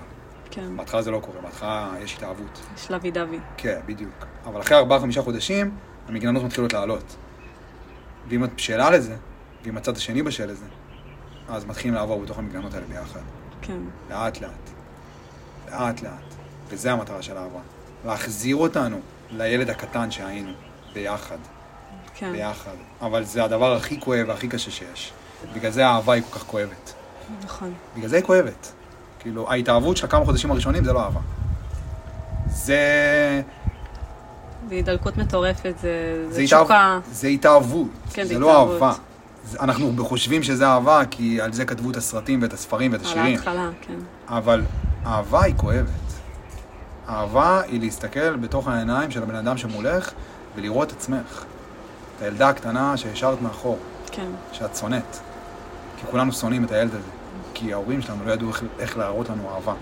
כן. בהתחלה זה לא קורה, בהתחלה יש התאהבות. שלבי דבי. כן, בדיוק. אבל אחרי ארבעה, חמישה חודשים, המגננות מתחילות לעלות. ואם את בשלה לזה, ואם הצד השני בשל לזה, אז מתחילים לעבור בתוך המגננות האלה ביחד. כן, לאט לאט. לאט לאט. וזה המטרה של אהבה. להחזיר אותנו לילד הקטן שהיינו, ביחד. כן. ביחד. אבל זה הדבר הכי כואב והכי קשה שיש. בגלל זה האהבה היא כל כך כואבת. נכון. בגלל זה היא כואבת. כאילו, ההתאהבות של הכמה חודשים הראשונים זה לא אהבה. זה... זה הידלקות מטורפת, זה זה זה, התאהב... תשוקה. זה התאהבות, כן, זה זה לא התאהבות. אהבה. זה- אנחנו חושבים שזה אהבה, כי על זה כתבו את הסרטים ואת הספרים ואת על השירים. ההתחלה, כן. אבל אהבה היא כואבת. אהבה היא להסתכל בתוך העיניים של הבן אדם שמולך ולראות את עצמך. את הילדה הקטנה שהשארת מאחור, כן, שאת שונאת. כי כולנו שונאים את הילד הזה. כי ההורים שלנו לא ידעו איך, איך להראות לנו אהבה.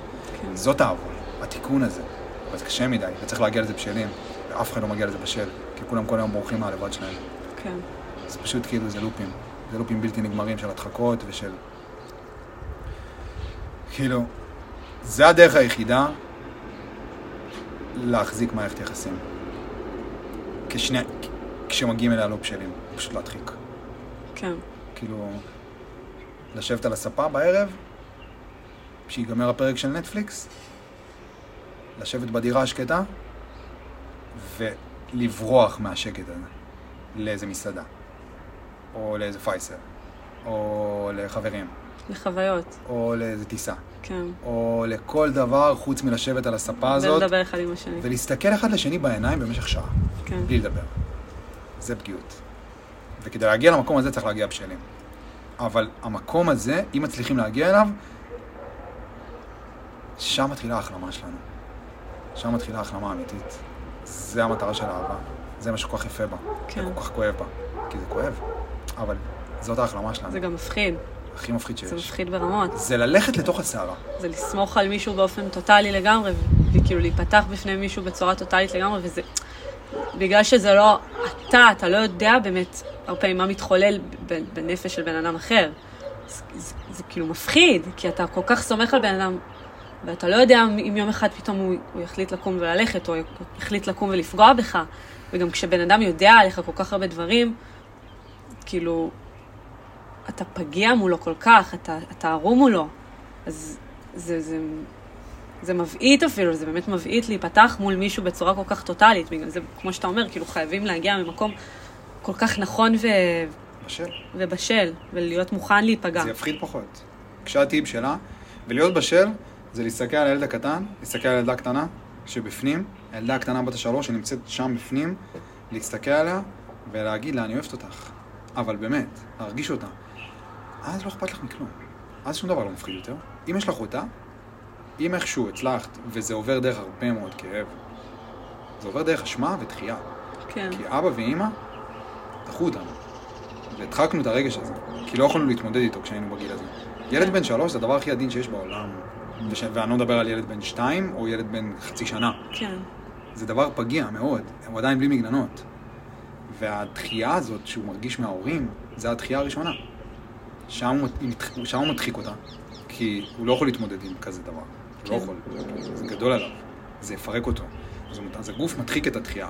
כן. זאת העוון, התיקון הזה. אבל זה קשה מדי, וצריך להגיע לזה בשלים. ואף אחד לא מגיע לזה בשל, כי כולם כל היום בורחים מהלבד שלהם. כן. זה פשוט כאילו, זה לופים. זה לופים בלתי נגמרים של הדחקות ושל... כאילו, זה הדרך היחידה להחזיק מערכת יחסים. כשני... כשמגיעים אליה לא בשלים, פשוט להדחיק. כן. כאילו, לשבת על הספה בערב, כשיגמר הפרק של נטפליקס, לשבת בדירה השקטה, לברוח מהשקט הזה לאיזה מסעדה, או לאיזה פייסר, או לחברים, לחוויות, או לאיזה טיסה, כן. או לכל דבר חוץ מלשבת על הספה הזאת, ולדבר אחד עם השני, ולהסתכל אחד לשני בעיניים במשך שעה, כן. בלי לדבר. זה פגיעות. וכדי להגיע למקום הזה צריך להגיע בשלים. אבל המקום הזה, אם מצליחים להגיע אליו, שם מתחילה ההחלמה שלנו. שם מתחילה ההחלמה האמיתית. זה המטרה של אהבה. זה מה שכל כך יפה בה. כן. זה כל כך כואב בה. כי זה כואב. אבל זאת ההחלמה שלנו. זה גם מפחיד, הכי מפחיד זה שיש. מפחיד ברמות. זה ללכת לתוך הסערה. זה לסמוך על מישהו באופן טוטאלי לגמרי, ו- וכאילו להיפתח בפני מישהו בצורה טוטאלית לגמרי, וזה... בגלל שזה לא אתה, אתה לא יודע באמת הרבה פעמים מה מתחולל ב- בנפש של בן אדם אחר. זה, זה, זה כאילו מפחיד, כי אתה כל כך סומך על בן אדם, ואתה לא יודע אם יום אחד פתאום הוא, הוא יחליט לקום וללכת, או יחליט לקום ולפגוע בך. וגם כשבן אדם יודע עליך כל כך הרבה דברים, כאילו, אתה פגיע מולו כל כך, אתה, אתה ערום מולו. אז זה, זה, זה מבעית אפילו, זה באמת מבעית להיפתח מול מישהו בצורה כל כך טוטאלית. בגלל זה, כמו שאתה אומר, כאילו חייבים להגיע ממקום כל כך נכון ו... בשל. ובשל, ולהיות מוכן להיפגע. זה יפחיד פחות. כשאת תהיי בשלה, ולהיות בשל זה להסתכל על הילד הקטן, להסתכל על הילדה הקטנה שבפנים, הילדה הקטנה בת השלוש שנמצאת שם בפנים, להסתכל עליה ולהגיד לה, אני אוהבת אותך. אבל באמת, להרגיש אותה. אז לא אכפת לך מכלום. אז שום דבר לא מפחיד יותר. אם יש לך אותה, אם איכשהו הצלחת, וזה עובר דרך הרבה מאוד כאב, זה עובר דרך אשמה ודחייה. כן, כי אבא ואימא דחו אותנו. והדחקנו את הרגש הזה, כי לא יכולנו להתמודד איתו כשהיינו בגיל הזה. ילד בן שלוש זה הדבר הכי עדין שיש בעולם. וש... ואני לא מדבר על ילד בן שתיים, או ילד בן חצי שנה. כן, זה דבר פגיע מאוד, הוא עדיין בלי מגננות. והדחייה הזאת שהוא מרגיש מההורים, זה הדחייה הראשונה. שם הוא, מת- שם הוא מדחיק אותה, כי הוא לא יכול להתמודד עם כזה דבר. הוא לא כן. יכול, זה גדול עליו, זה יפרק אותו. אז, הוא- אז הגוף מדחיק את הדחייה,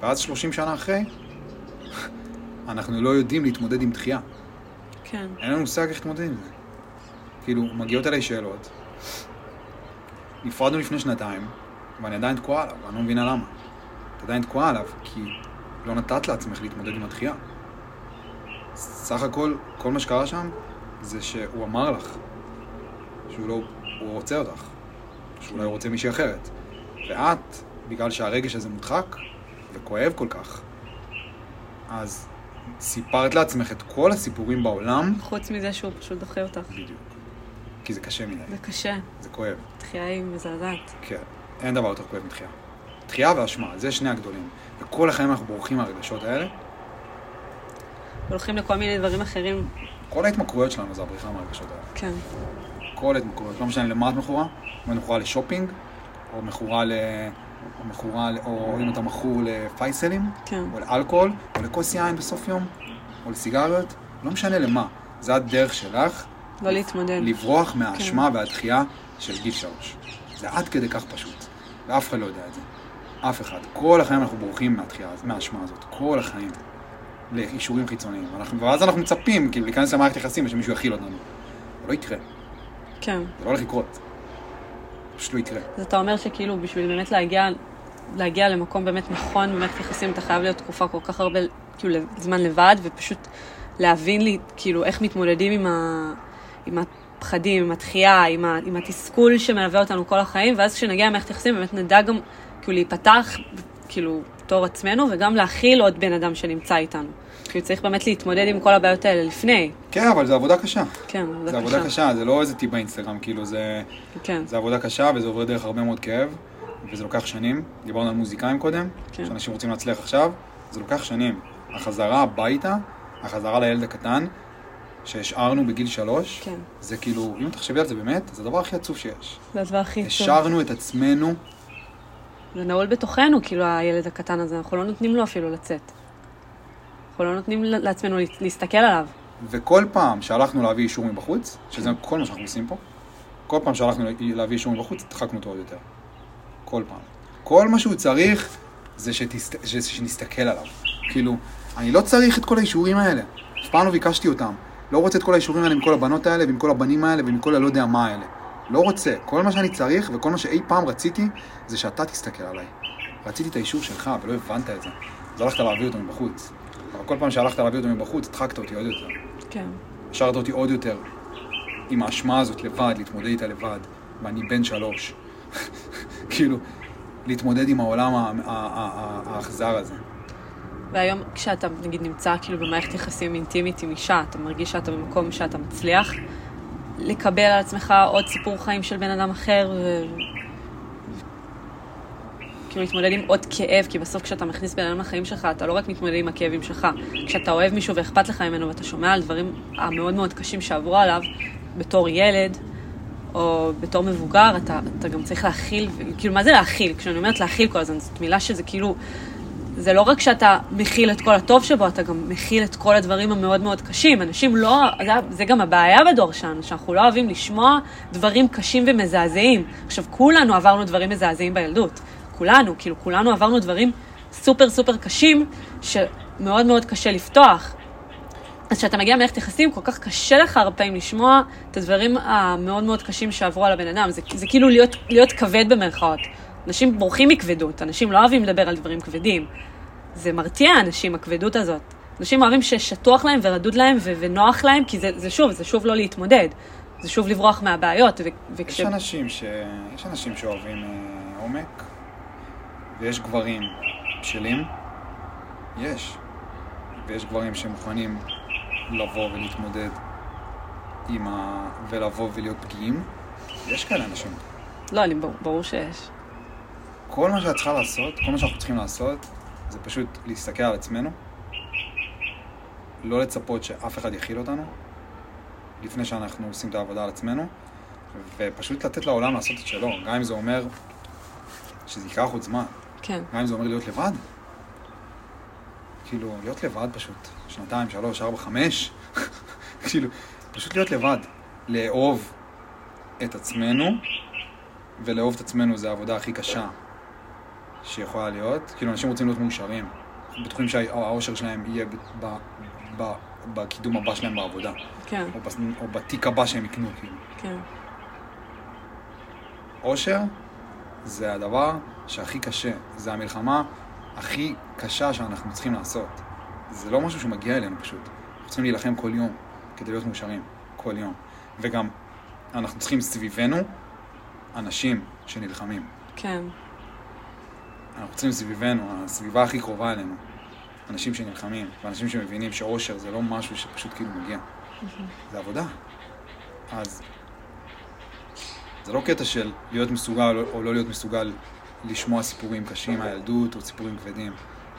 ואז 30 שנה אחרי, *laughs* אנחנו לא יודעים להתמודד עם דחייה. כן, אין לנו מושג איך להתמודד עם זה. כאילו, מגיעות אליי שאלות, נפרדנו לפני שנתיים, ואני עדיין תקועה עליו, ואני לא מבינה למה. את עדיין תקועה עליו, כי לא נתת לעצמך להתמודד עם הדחייה. סך הכל, כל מה שקרה שם, זה שהוא אמר לך שהוא לא, הוא רוצה אותך, שאולי הוא רוצה מישהי אחרת. ואת, בגלל שהרגש הזה מודחק, וכואב כל כך, אז סיפרת לעצמך את כל הסיפורים בעולם, כן. חוץ מזה שהוא פשוט דוחה אותך. בדיוק. כי זה קשה מדי, זה קשה, זה כואב. דחייה היא מזעזעת. כן. אין דבר יותר כואב מתחייה. תחייה ואשמה, זה שני הגדולים. וכל החיים אנחנו בורחים מהרגשות האלה. הולכים לכל מיני דברים אחרים, כל ההתמכרויות שלנו זה הבריחה מהרגשות האלה. כן, כל ההתמכרויות, לא משנה למה את מכורה, אם את מכורה לשופינג, או מכורה ל... או מכורה, ל- או אם אתה מכור לפייסלים, כן. או לאלכוהול, או לכוס יין בסוף יום, או לסיגריות, לא משנה למה. זה הדרך שלך לא להתמודד. לברוח מהאשמה והדחייה של גיל שלוש. זה עד כדי כך פשוט, ואף אחד לא יודע את זה. אף אחד. כל החיים אנחנו בורחים מהדחייה, הז- מהאשמה הזאת. כל החיים. לאישורים חיצוניים. אנחנו, ואז אנחנו מצפים, כאילו, להיכנס למערכת יחסים ושמישהו יכיל אותנו. זה לא יקרה. כן. זה לא הולך לקרות. זה פשוט לא יקרה. אז אתה אומר שכאילו בשביל באמת להגיע, להגיע למקום באמת נכון במערכת יחסים, אתה חייב להיות תקופה כל כך הרבה, כאילו, זמן לבד, ופשוט להבין לי, כאילו, איך מתמודדים עם, ה, עם הפחדים, עם התחייה, עם, ה, עם התסכול שמלווה אותנו כל החיים, ואז כשנגיע למערכת יחסים באמת נדע גם, כאילו, להיפתח, כאילו, בתור עצמנו, וגם להכיל עוד בן אדם שנמצא איתנו. כאילו, צריך באמת להתמודד עם כל הבעיות האלה לפני. כן, אבל זו עבודה קשה. כן, זו עבודה עבודה קשה. קשה, זה לא איזה טיפ באינסטגרם, כאילו, זה... כן, זה עבודה קשה וזה עובר דרך הרבה מאוד כאב, וזה לוקח שנים. דיברנו על מוזיקאים קודם, כן. שאנשים רוצים להצליח עכשיו, זה לוקח שנים. החזרה הביתה, החזרה לילד הקטן, שהשארנו בגיל שלוש, כן. זה כאילו, אם תחשבי על זה באמת, זה הדבר הכי עצוב שיש. זה הדבר הכי טוב. השארנו את עצמנו, זה נעול בתוכנו, כאילו, הילד הקטן הזה, אנחנו לא נותנים לו אפילו לצאת. אנחנו לא נותנים לעצמנו להת- להסתכל עליו. וכל פעם שהלכנו להביא אישור מבחוץ, שזה כל מה שאנחנו עושים פה, כל פעם שהלכנו להביא אישור מבחוץ, הדחקנו אותו עוד יותר. כל פעם. כל מה שהוא צריך, זה שתסת... ש... שנסתכל עליו. כאילו, אני לא צריך את כל האישורים האלה. אף פעם לא ביקשתי אותם. לא רוצה את כל האישורים האלה עם כל הבנות האלה, ועם כל הבנים האלה, ועם כל הלא יודע מה האלה. לא רוצה. כל מה שאני צריך, וכל מה שאי פעם רציתי, זה שאתה תסתכל עליי. רציתי את האישור שלך, אבל לא הבנת את זה. אז הלכת להביא אותו מבחוץ. אבל כל פעם שהלכת להביא אותו מבחוץ, הדחקת אותי עוד יותר. כן. השארת אותי עוד יותר עם האשמה הזאת לבד, להתמודד איתה לבד, ואני בן שלוש. *laughs* כאילו, להתמודד עם העולם ה- ה- ה- ה- האכזר הזה. והיום כשאתה נגיד נמצא כאילו במערכת יחסים אינטימית עם אישה, אתה מרגיש שאתה במקום שאתה מצליח לקבל על עצמך עוד סיפור חיים של בן אדם אחר, ו... כאילו להתמודד עם עוד כאב, כי בסוף כשאתה מכניס בן אדם לחיים שלך, אתה לא רק מתמודד עם הכאבים שלך, כשאתה אוהב מישהו ואכפת לך ממנו ואתה שומע על דברים המאוד מאוד קשים שעברו עליו בתור ילד, או בתור מבוגר, אתה, אתה גם צריך להכיל, ו- כאילו מה זה להכיל? כשאני אומרת להכיל כל הזמן, זאת מילה שזה כאילו... זה לא רק שאתה מכיל את כל הטוב שבו, אתה גם מכיל את כל הדברים המאוד מאוד קשים. אנשים לא, זה, זה גם הבעיה בדור שלנו, שאנחנו לא אוהבים לשמוע דברים קשים ומזעזעים. עכשיו, כולנו עברנו דברים מזעזעים בילדות. כולנו, כאילו, כולנו עברנו דברים סופר סופר קשים, שמאוד מאוד קשה לפתוח. אז כשאתה מגיע למערכת יחסים, כל כך קשה לך הרבה פעמים לשמוע את הדברים המאוד מאוד קשים שעברו על הבן אדם. זה, זה כאילו להיות, להיות כבד במרכאות. אנשים בורחים מכבדות, אנשים לא אוהבים לדבר על דברים כבדים. זה מרתיע אנשים, הכבדות הזאת. אנשים אוהבים ששטוח להם ורדוד להם ו- ונוח להם, כי זה, זה שוב, זה שוב לא להתמודד. זה שוב לברוח מהבעיות, ו- וכש... יש אנשים, ש... יש אנשים שאוהבים אה, עומק, ויש גברים בשלים, יש. ויש גברים שמוכנים לבוא ולהתמודד עם ה... ולבוא ולהיות פגיעים, יש כאלה אנשים. לא, אני, בר- ברור שיש. כל מה שאת צריכה לעשות, כל מה שאנחנו צריכים לעשות, זה פשוט להסתכל על עצמנו, לא לצפות שאף אחד יכיל אותנו, לפני שאנחנו עושים את העבודה על עצמנו, ופשוט לתת לעולם לעשות את שלו, גם אם זה אומר שזה ייקח עוד זמן, כן. גם אם זה אומר להיות לבד. כאילו, להיות לבד פשוט, שנתיים, שלוש, ארבע, חמש, *laughs* כאילו, פשוט להיות לבד, לאהוב את עצמנו, ולאהוב את עצמנו זה העבודה הכי קשה שיכולה להיות. כאילו, אנשים רוצים להיות מאושרים, בטוחים שהאושר שלהם יהיה ב- ב- ב- בקידום הבא שלהם בעבודה, כן, או, בס- או בתיק הבא שהם יקנו, כאילו. כן. אושר זה הדבר שהכי קשה, זה המלחמה הכי קשה שאנחנו צריכים לעשות. זה לא משהו שמגיע אלינו פשוט. אנחנו צריכים להילחם כל יום כדי להיות מאושרים, כל יום. וגם אנחנו צריכים סביבנו אנשים שנלחמים. כן. אנחנו צריכים סביבנו, הסביבה הכי קרובה אלינו, אנשים שנלחמים, ואנשים שמבינים שאושר זה לא משהו שפשוט כאילו מגיע. זה עבודה. אז זה לא קטע של להיות מסוגל או לא להיות מסוגל לשמוע סיפורים קשים מהילדות או סיפורים כבדים.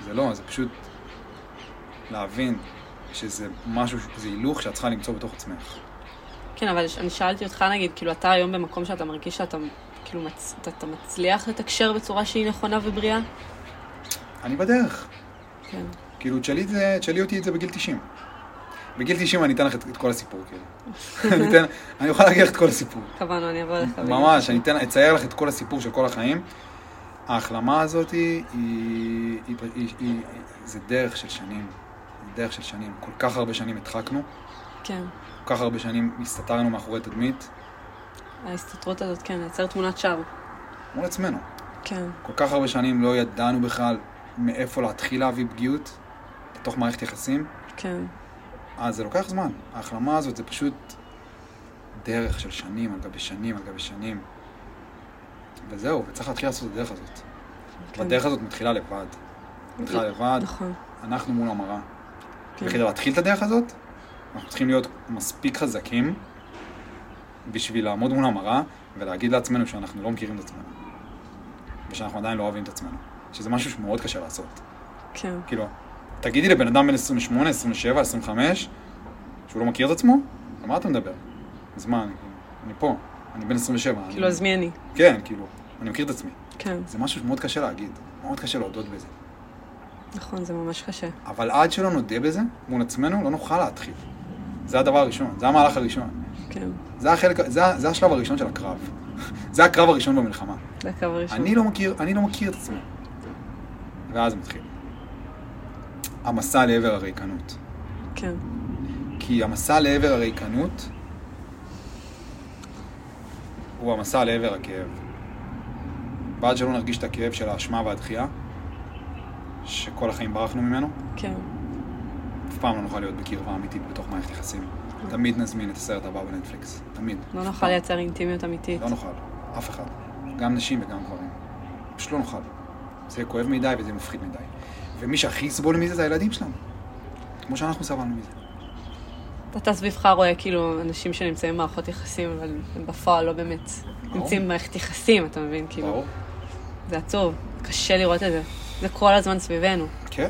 זה לא, זה פשוט להבין שזה משהו, זה הילוך שאת צריכה למצוא בתוך עצמך. כן, אבל אני שאלתי אותך, נגיד, כאילו, אתה היום במקום שאתה מרגיש שאתה, כאילו, מצ... אתה, אתה מצליח לתקשר בצורה שהיא נכונה ובריאה? אני בדרך. כן. כאילו, תשאלי את זה- תשאלי אותי את זה בגיל 90. בגיל 90 אני אתן לך את, את כל הסיפור, כאילו. אני, אתן, אני אוכל להגיד לך את כל הסיפור. קבענו, אני אבוא לך. ממש, אני אתן, אצייר לך את כל הסיפור של כל החיים. ההחלמה הזאת היא, היא, היא, היא, היא, זה דרך של שנים. זה דרך של שנים. כל כך הרבה שנים הדחקנו, כן. כל כך הרבה שנים הסתתרנו מאחורי תדמית, ההסתתרות הזאת, כן, לייצר תמונת שווא. מול עצמנו. כן. כל כך הרבה שנים לא ידענו בכלל מאיפה להתחיל להביא פגיעות בתוך מערכת יחסים. כן. אז אה, זה לוקח זמן. ההחלמה הזאת זה פשוט דרך של שנים על גבי שנים על גבי שנים. וזהו, וצריך להתחיל לעשות את הדרך הזאת. כן. והדרך הזאת מתחילה לבד. מתחילה לבד, נכון. אנחנו מול המראה. כן. וכדי להתחיל את הדרך הזאת, אנחנו צריכים להיות מספיק חזקים בשביל לעמוד מול המראה ולהגיד לעצמנו שאנחנו לא מכירים את עצמנו. ושאנחנו עדיין לא אוהבים את עצמנו. שזה משהו שמאוד קשה לעשות. כן. כאילו, תגידי לבן אדם בן 28, 27, 25, שהוא לא מכיר את עצמו? על מה אתה מדבר? אז מה, אני, אני פה, אני בן 27. כאילו, אני, אז מי אני? כן, כאילו, אני מכיר את עצמי. כן. זה משהו שמאוד קשה להגיד, מאוד קשה להודות בזה. נכון, זה ממש קשה. אבל עד שלא נודה בזה, מול עצמנו, לא נוכל להתחיל. זה הדבר הראשון, זה המהלך הראשון. כן. זה, החלק, זה, ה- זה השלב הראשון של הקרב. *laughs* זה הקרב הראשון במלחמה. זה הקו הראשון. אני לא מכיר, אני לא מכיר את עצמי. ואז מתחיל. המסע לעבר הריקנות. לא- כן. כי המסע לעבר הריקנות הוא המסע לעבר הכאב. ועד שלא נרגיש את הכאב של האשמה והדחייה, שכל החיים ברחנו ממנו, כן. אף פעם לא נוכל להיות בקרבה אמיתית בתוך מערכת יחסים. תמיד נזמין את הסרט הבא בנטפליקס, תמיד. לא אף נוכל פעם. לייצר אינטימיות אמיתית. לא נוכל, אף אחד. גם נשים וגם גברים. פשוט לא נוכל. זה יהיה כואב מדי וזה מפחיד מדי. ומי שהכי יסבול מזה זה הילדים שלנו. כמו שאנחנו סבלנו מזה. אתה סביבך רואה כאילו אנשים שנמצאים במערכות יחסים, אבל הם בפועל לא באמת נמצאים במערכת יחסים, אתה מבין? כאילו, ברור. זה עצוב, קשה לראות את זה. זה כל הזמן סביבנו. כן.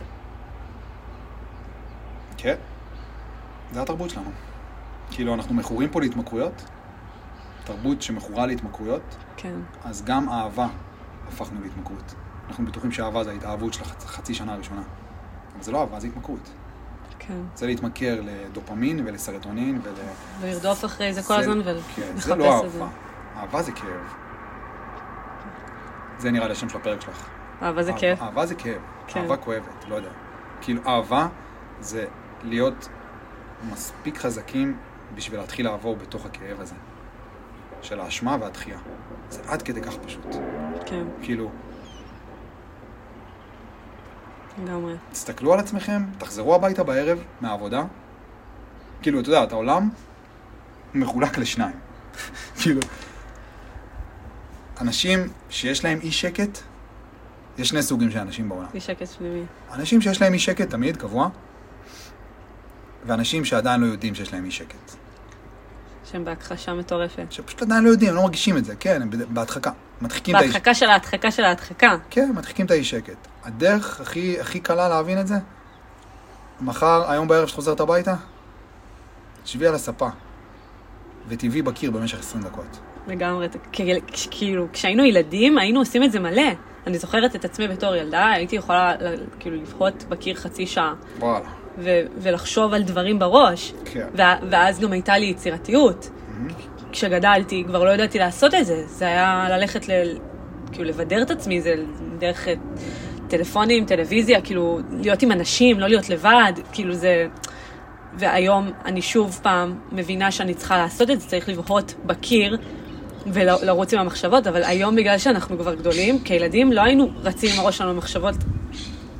כן. זה התרבות שלנו. כאילו, אנחנו מכורים פה להתמכרויות. תרבות שמכורה להתמכרויות, כן, אז גם אהבה הפכנו להתמכרות. אנחנו בטוחים שאהבה זה ההתאהבות של החצ- חצי שנה הראשונה. אבל זה לא אהבה, זה התמכרות. כן. זה להתמכר לדופמין ולסרטונין ול... ולרדוף אחרי זה כל הזמן כן, ולחפש זה לא את זה. אהבה. אהבה זה כאב. זה נראה לי השם של הפרק שלך. אהבה זה אהבה- כיף. אהבה זה כאב. כן. אהבה כואבת, לא יודע. כאילו, אהבה זה להיות מספיק חזקים בשביל להתחיל לעבור בתוך הכאב הזה. של האשמה והדחייה. זה עד כדי כך פשוט. כן, כאילו, לגמרי. תסתכלו על עצמכם, תחזרו הביתה בערב מהעבודה. כאילו, אתה יודע, את העולם מחולק לשניים. *laughs* כאילו, אנשים שיש להם אי שקט, יש שני סוגים של אנשים בעולם. יש שקט פנימי. אנשים שיש להם אי שקט תמיד, קבוע, ואנשים שעדיין לא יודעים שיש להם אי שקט. שהם בהכחשה מטורפת. שפשוט עדיין לא יודעים, הם לא מרגישים את זה, כן, הם בד- בהדחקה. מדחיקים את האי שקט. בהדחקה של ההדחקה של ההדחקה. כן, מדחיקים את האי שקט. הדרך הכי, הכי קלה להבין את זה, מחר, היום בערב שאת חוזרת הביתה, תשבי על הספה, ותבעי בקיר במשך 20 דקות. לגמרי, אתה- כ- כש- כאילו, כשהיינו ילדים היינו עושים את זה מלא. אני זוכרת את עצמי בתור ילדה, הייתי יכולה ל- כאילו לבחות בקיר חצי שעה וואלה. ו- ולחשוב על דברים בראש. כן. וה- ואז גם הייתה לי יצירתיות. כשגדלתי כבר לא ידעתי לעשות את זה, זה היה ללכת ל... כאילו לבדר את עצמי, זה דרך אה, טלפונים, טלוויזיה, כאילו להיות עם אנשים, לא להיות לבד, כאילו זה... והיום אני שוב פעם מבינה שאני צריכה לעשות את זה, צריך לבהות בקיר ולרוץ עם המחשבות, אבל היום בגלל שאנחנו כבר גדולים, כילדים לא היינו רצים עם הראש שלנו במחשבות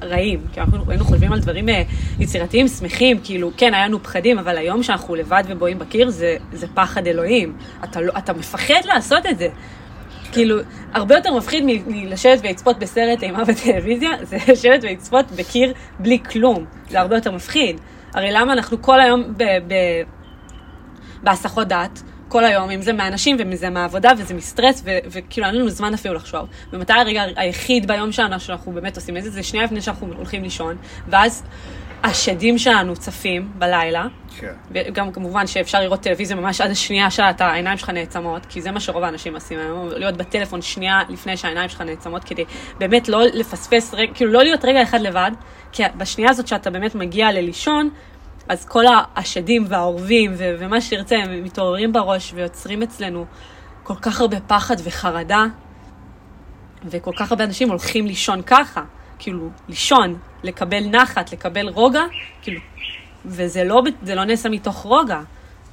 רעים, כי אנחנו היינו חושבים על דברים אה, יצירתיים, שמחים, כאילו, כן, היה לנו פחדים, אבל היום שאנחנו לבד ובואים בקיר, זה, זה פחד אלוהים. אתה, לא, אתה מפחד לעשות את זה. כאילו, הרבה יותר מפחיד מ- מלשבת ולצפות בסרט אימה בטלוויזיה, *laughs* זה לשבת ולצפות בקיר בלי כלום. זה הרבה יותר מפחיד. הרי למה אנחנו כל היום ב... ב בהסחות דעת כל היום, אם זה מהאנשים ואם זה מהעבודה וזה מסטרס ו- וכאילו אין לנו זמן אפילו לחשוב. ומתי הרגע היחיד ביום שלנו שאנחנו באמת עושים את זה? זה שנייה לפני שאנחנו הולכים לישון, ואז השדים שלנו צפים בלילה. כן. וגם כמובן שאפשר לראות טלוויזיה ממש עד השנייה שאתה, העיניים שלך נעצמות, כי זה מה שרוב האנשים עושים היום, להיות בטלפון שנייה לפני שהעיניים שלך נעצמות, כדי באמת לא לפספס, רג- כאילו לא להיות רגע אחד לבד, כי בשנייה הזאת שאתה באמת מגיע ללישון, אז כל השדים והעורבים ו- ומה שתרצה, הם מתעוררים בראש ויוצרים אצלנו כל כך הרבה פחד וחרדה, וכל כך הרבה אנשים הולכים לישון ככה, כאילו, לישון, לקבל נחת, לקבל רוגע, כאילו, וזה לא, זה לא נעשה מתוך רוגע,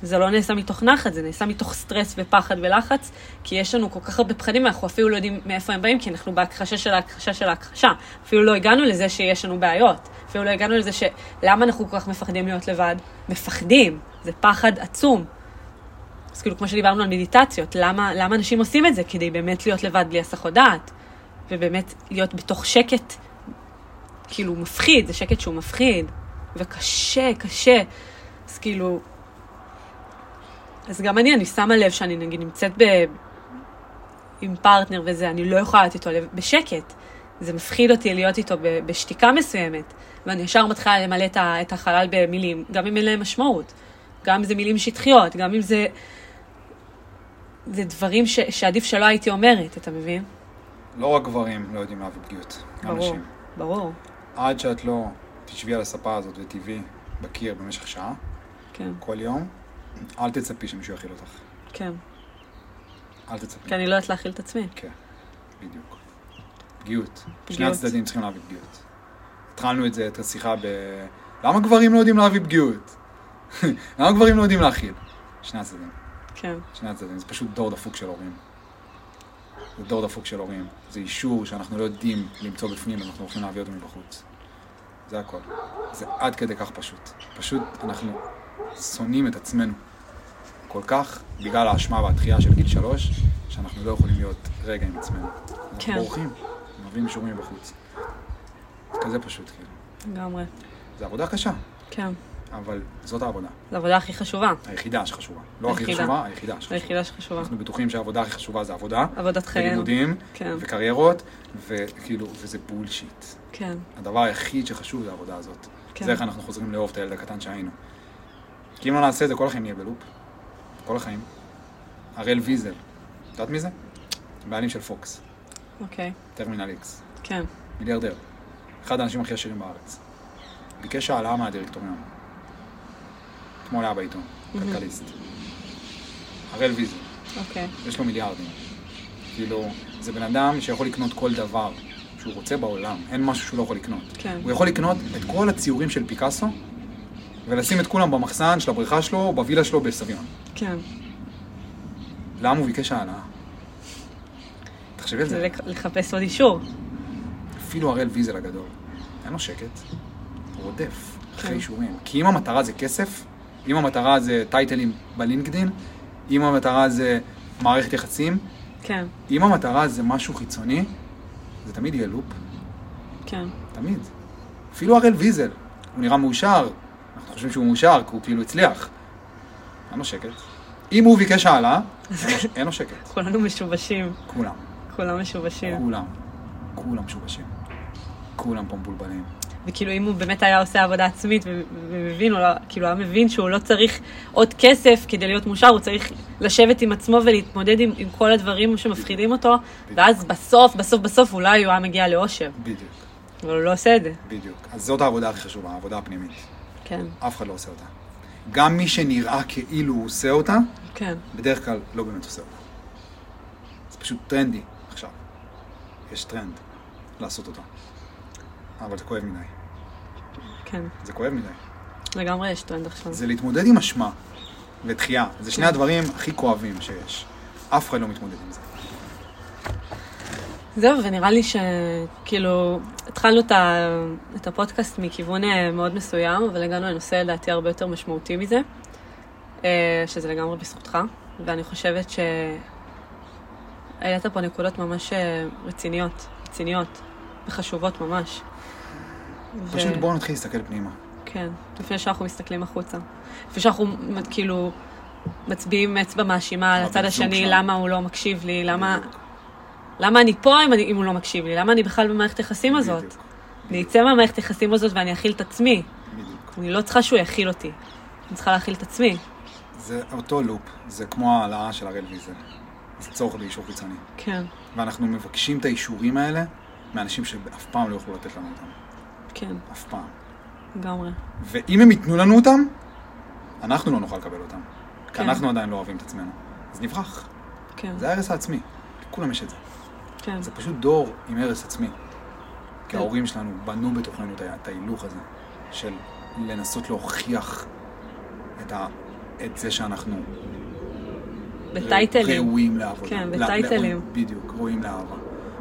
זה לא נעשה מתוך נחת, זה נעשה מתוך סטרס ופחד ולחץ, כי יש לנו כל כך הרבה פחדים, אנחנו אפילו לא יודעים מאיפה הם באים, כי אנחנו בהכחשה של ההכחשה של ההכחשה. אפילו לא הגענו לזה שיש לנו בעיות, אפילו לא הגענו לזה שלמה אנחנו כל כך מפחדים להיות לבד? מפחדים, זה פחד עצום. אז כאילו, כמו שדיברנו על מדיטציות, למה, למה אנשים עושים את זה? כדי באמת להיות לבד בלי הסחות דעת, ובאמת להיות בתוך שקט, כאילו, מפחיד, זה שקט שהוא מפחיד, וקשה, קשה. אז כאילו... אז גם אני, אני שמה לב שאני נגיד נמצאת ב... עם פרטנר וזה, אני לא יכולה להיות איתו לב- בשקט. זה מפחיד אותי להיות איתו ב- בשתיקה מסוימת, ואני ישר מתחילה למלא את ה- את החלל במילים, גם אם אין להם משמעות. גם אם זה מילים שטחיות, גם אם זה... זה דברים ש, שעדיף שלא הייתי אומרת, אתה מבין? לא רק גברים לא יודעים להביא פגיעות, גם ברור, נשים. ברור, עד שאת לא תשבי על הספה הזאת ותבעי בקיר במשך שעה, כן, כל יום, אל תצפי שמישהו יכיל אותך. כן. אל תצפי. כי אני לא יודעת להכיל את עצמי. כן, בדיוק. פגיעות. שני הצדדים צריכים להביא פגיעות. התחלנו את זה, את השיחה ב... למה גברים לא יודעים להביא פגיעות? *laughs* למה גברים לא יודעים להכיל? שני הצדדים. כן, שני הצדדים. זה פשוט דור דפוק של הורים. זה דור דפוק של הורים, זה אישור שאנחנו לא יודעים למצוא בפנים, אנחנו הולכים להביא אותו מבחוץ. זה הכל. זה עד כדי כך פשוט. פשוט אנחנו שונאים את עצמנו כל כך, בגלל האשמה והתחייה של גיל שלוש, שאנחנו לא יכולים להיות רגע עם עצמנו. כן. אנחנו בורחים, מביאים אישורים מבחוץ. זה כזה פשוט, כאילו. לגמרי. זו עבודה קשה, כן. אבל זאת העבודה. זו העבודה הכי חשובה. היחידה שחשובה. לא הכי היחידה. חשובה, היחידה שחשובה. היחידה שחשובה. אנחנו בטוחים שהעבודה הכי חשובה זה עבודה, עבודת חיינו. ולימודים, כן, וקריירות, וכאילו, וזה בולשיט. כן, הדבר היחיד שחשוב זה העבודה הזאת. כן. זה איך אנחנו חוזרים לאהוב את הילד הקטן שהיינו. כי אם לא נעשה את זה, כל החיים נהיה בלופ. כל החיים. הראל ויזל, את יודעת מי זה? בעלים של פוקס, אוקיי. טרמינל איקס, כן, מיליארדר. אחד האנשים הכי עשירים בארץ. ביקש העלאה מהדירקטוריון. אתמול היה בעיתון, כלכליסט. הראל ויזל. אוקיי. יש לו מיליארדים. כאילו, זה בן אדם שיכול לקנות כל דבר שהוא רוצה בעולם, אין משהו שהוא לא יכול לקנות. כן. הוא יכול לקנות את כל הציורים של פיקאסו, ולשים את כולם במחסן של הבריכה שלו, או בווילה שלו בסביון. כן. למה הוא ביקש העלאה? תחשבי על זה זה, לק- לחפש עוד אישור. אפילו הראל ויזל הגדול, אין לו שקט, הוא רודף אחרי כן. אישורים. כי אם המטרה זה כסף, אם המטרה זה טייטלים בלינקדין, אם המטרה זה מערכת יחסים, כן, אם המטרה זה משהו חיצוני, זה תמיד יהיה לופ, כן, תמיד. אפילו הראל ויזל, הוא נראה מאושר, אנחנו חושבים שהוא מאושר, כי הוא כאילו הצליח. אין לו שקט. אם הוא ביקש העלאה, אין לו- אין לו שקט. כולנו משובשים. כולם, כולם משובשים. כולם, כולם משובשים. כולם פה מבולבלים. וכאילו אם הוא באמת היה עושה עבודה עצמית ו- ומבין, הוא לא- כאילו היה מבין שהוא לא צריך עוד כסף כדי להיות מאושר, הוא צריך לשבת עם עצמו ולהתמודד עם, עם כל הדברים שמפחידים אותו, ואז בסוף, בסוף, בסוף אולי הוא היה מגיע לאושר, בדיוק, אבל הוא לא עושה את זה. בדיוק. אז זאת העבודה הכי חשובה, העבודה הפנימית. כן, אף אחד לא עושה אותה. גם מי שנראה כאילו הוא עושה אותה, כן, בדרך כלל לא באמת עושה אותה. זה פשוט טרנדי עכשיו. יש טרנד לעשות אותה. אבל זה כואב מדי. כן. זה כואב מדי. לגמרי יש טרנד עכשיו. זה להתמודד עם אשמה ודחייה. זה שני הדברים הכי כואבים שיש. אף אחד לא מתמודד עם זה. זהו, ונראה לי שכאילו, התחלנו את, ה... את הפודקאסט מכיוון אה, מאוד מסוים, אבל הגענו לנושא לדעתי הרבה יותר משמעותי מזה, אה, שזה לגמרי בזכותך, ואני חושבת ש... העלית פה נקודות ממש אה, רציניות, רציניות, וחשובות ממש. ו- פשוט בואו נתחיל להסתכל פנימה. כן, לפני שאנחנו מסתכלים החוצה. לפני שאנחנו מ- כאילו מצביעים אצבע מאשימה על הבן הצד זוג השני, שלנו. למה הוא לא מקשיב לי, למה... לא, בדיוק. למה אני פה אם, אני, אם הוא לא מקשיב לי? למה אני בכלל במערכת היחסים הזאת? בדיוק. אני אצא מהמערכת היחסים הזאת ואני אכיל את עצמי. בדיוק. אני לא צריכה שהוא יכיל אותי. אני צריכה להכיל את עצמי. זה אותו לופ. זה כמו העלאה של הראל ויזל. זה צורך באישור חיצוני. כן, ואנחנו מבקשים את האישורים האלה מאנשים שאף פעם לא יוכלו לתת לנו אותם. כן, אף פעם. לגמרי. ואם הם ייתנו לנו אותם, אנחנו לא נוכל לקבל אותם. כי כן. אנחנו עדיין לא אוהבים את עצמנו. אז נברח. כן, זה ההרס העצמי. לכולם יש את זה. כן, זה פשוט דור עם הרס עצמי. כי כן. ההורים שלנו בנו בתוכנו את ה- את ההילוך הזה של לנסות להוכיח את, ה... את זה שאנחנו בטייטלים. ראויים לעבודה. כן, לא- בטייטלים. לא- בדיוק, ראויים לאהבה.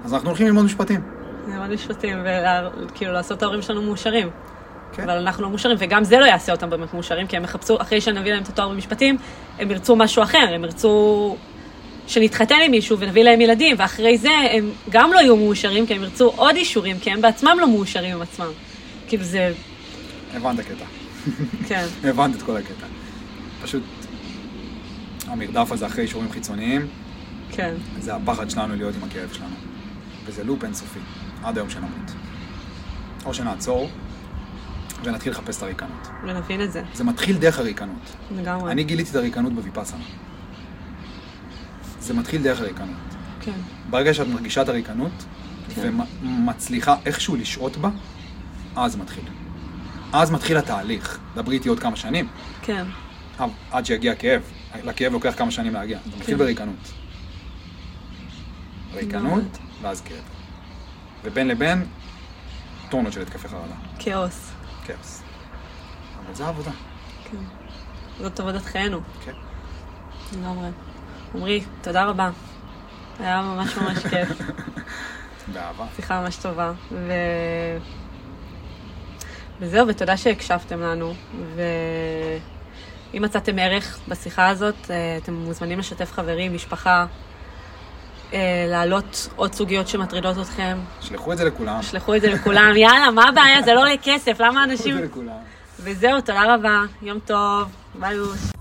אז אנחנו הולכים ללמוד משפטים. זה מאוד משפטים, וכאילו לעשות את ההורים שלנו מאושרים. כן. אבל אנחנו לא מאושרים, וגם זה לא יעשה אותם באמת מאושרים, כי הם יחפשו, אחרי שנביא להם את התואר במשפטים, הם ירצו משהו אחר, הם ירצו שנתחתן עם מישהו ונביא להם ילדים, ואחרי זה הם גם לא יהיו מאושרים, כי הם ירצו עוד אישורים, כי הם בעצמם לא מאושרים עם עצמם. כאילו זה, הבנת הקטע. כן, הבנת את כל הקטע. פשוט המרדף הזה אחרי אישורים חיצוניים, כן, זה הפחד שלנו להיות עם הכאב שלנו. וזה לופ אינסופי, עד היום שנמות. או שנעצור, ונתחיל לחפש את הריקנות. ונבין את זה, זה מתחיל דרך הריקנות. לגמרי. אני גיליתי את הריקנות בוויפאסנה. זה מתחיל דרך הריקנות. כן, ברגע שאת מרגישה את הריקנות, כן. ומצליחה איכשהו לשהות בה, אז מתחיל. אז מתחיל התהליך. דברי איתי עוד כמה שנים, כן, אבל עד שיגיע הכאב. לכאב לוקח כמה שנים להגיע. זה מתחיל כן. בריקנות. ריקנות, ואז כאב. ובין לבין, טונות של התקפי חרדה. כאוס, כאוס. אבל זה עבודה. כן. זאת עבודת חיינו, כן. לגמרי. עמרי, תודה רבה. זה היה ממש ממש כיף. באהבה. שיחה ממש טובה. ו... וזהו, ותודה שהקשבתם לנו. ואם מצאתם ערך בשיחה הזאת, אה, אתם מוזמנים לשתף חברים, משפחה, אה, להעלות עוד סוגיות שמטרידות אתכם. שלחו את זה לכולם. שלחו את זה לכולם. יאללה, מה הבעיה? זה לא עולה כסף, למה שלחו את אנשים... זה לכולם. וזהו, תודה רבה. יום טוב. ביי אוש.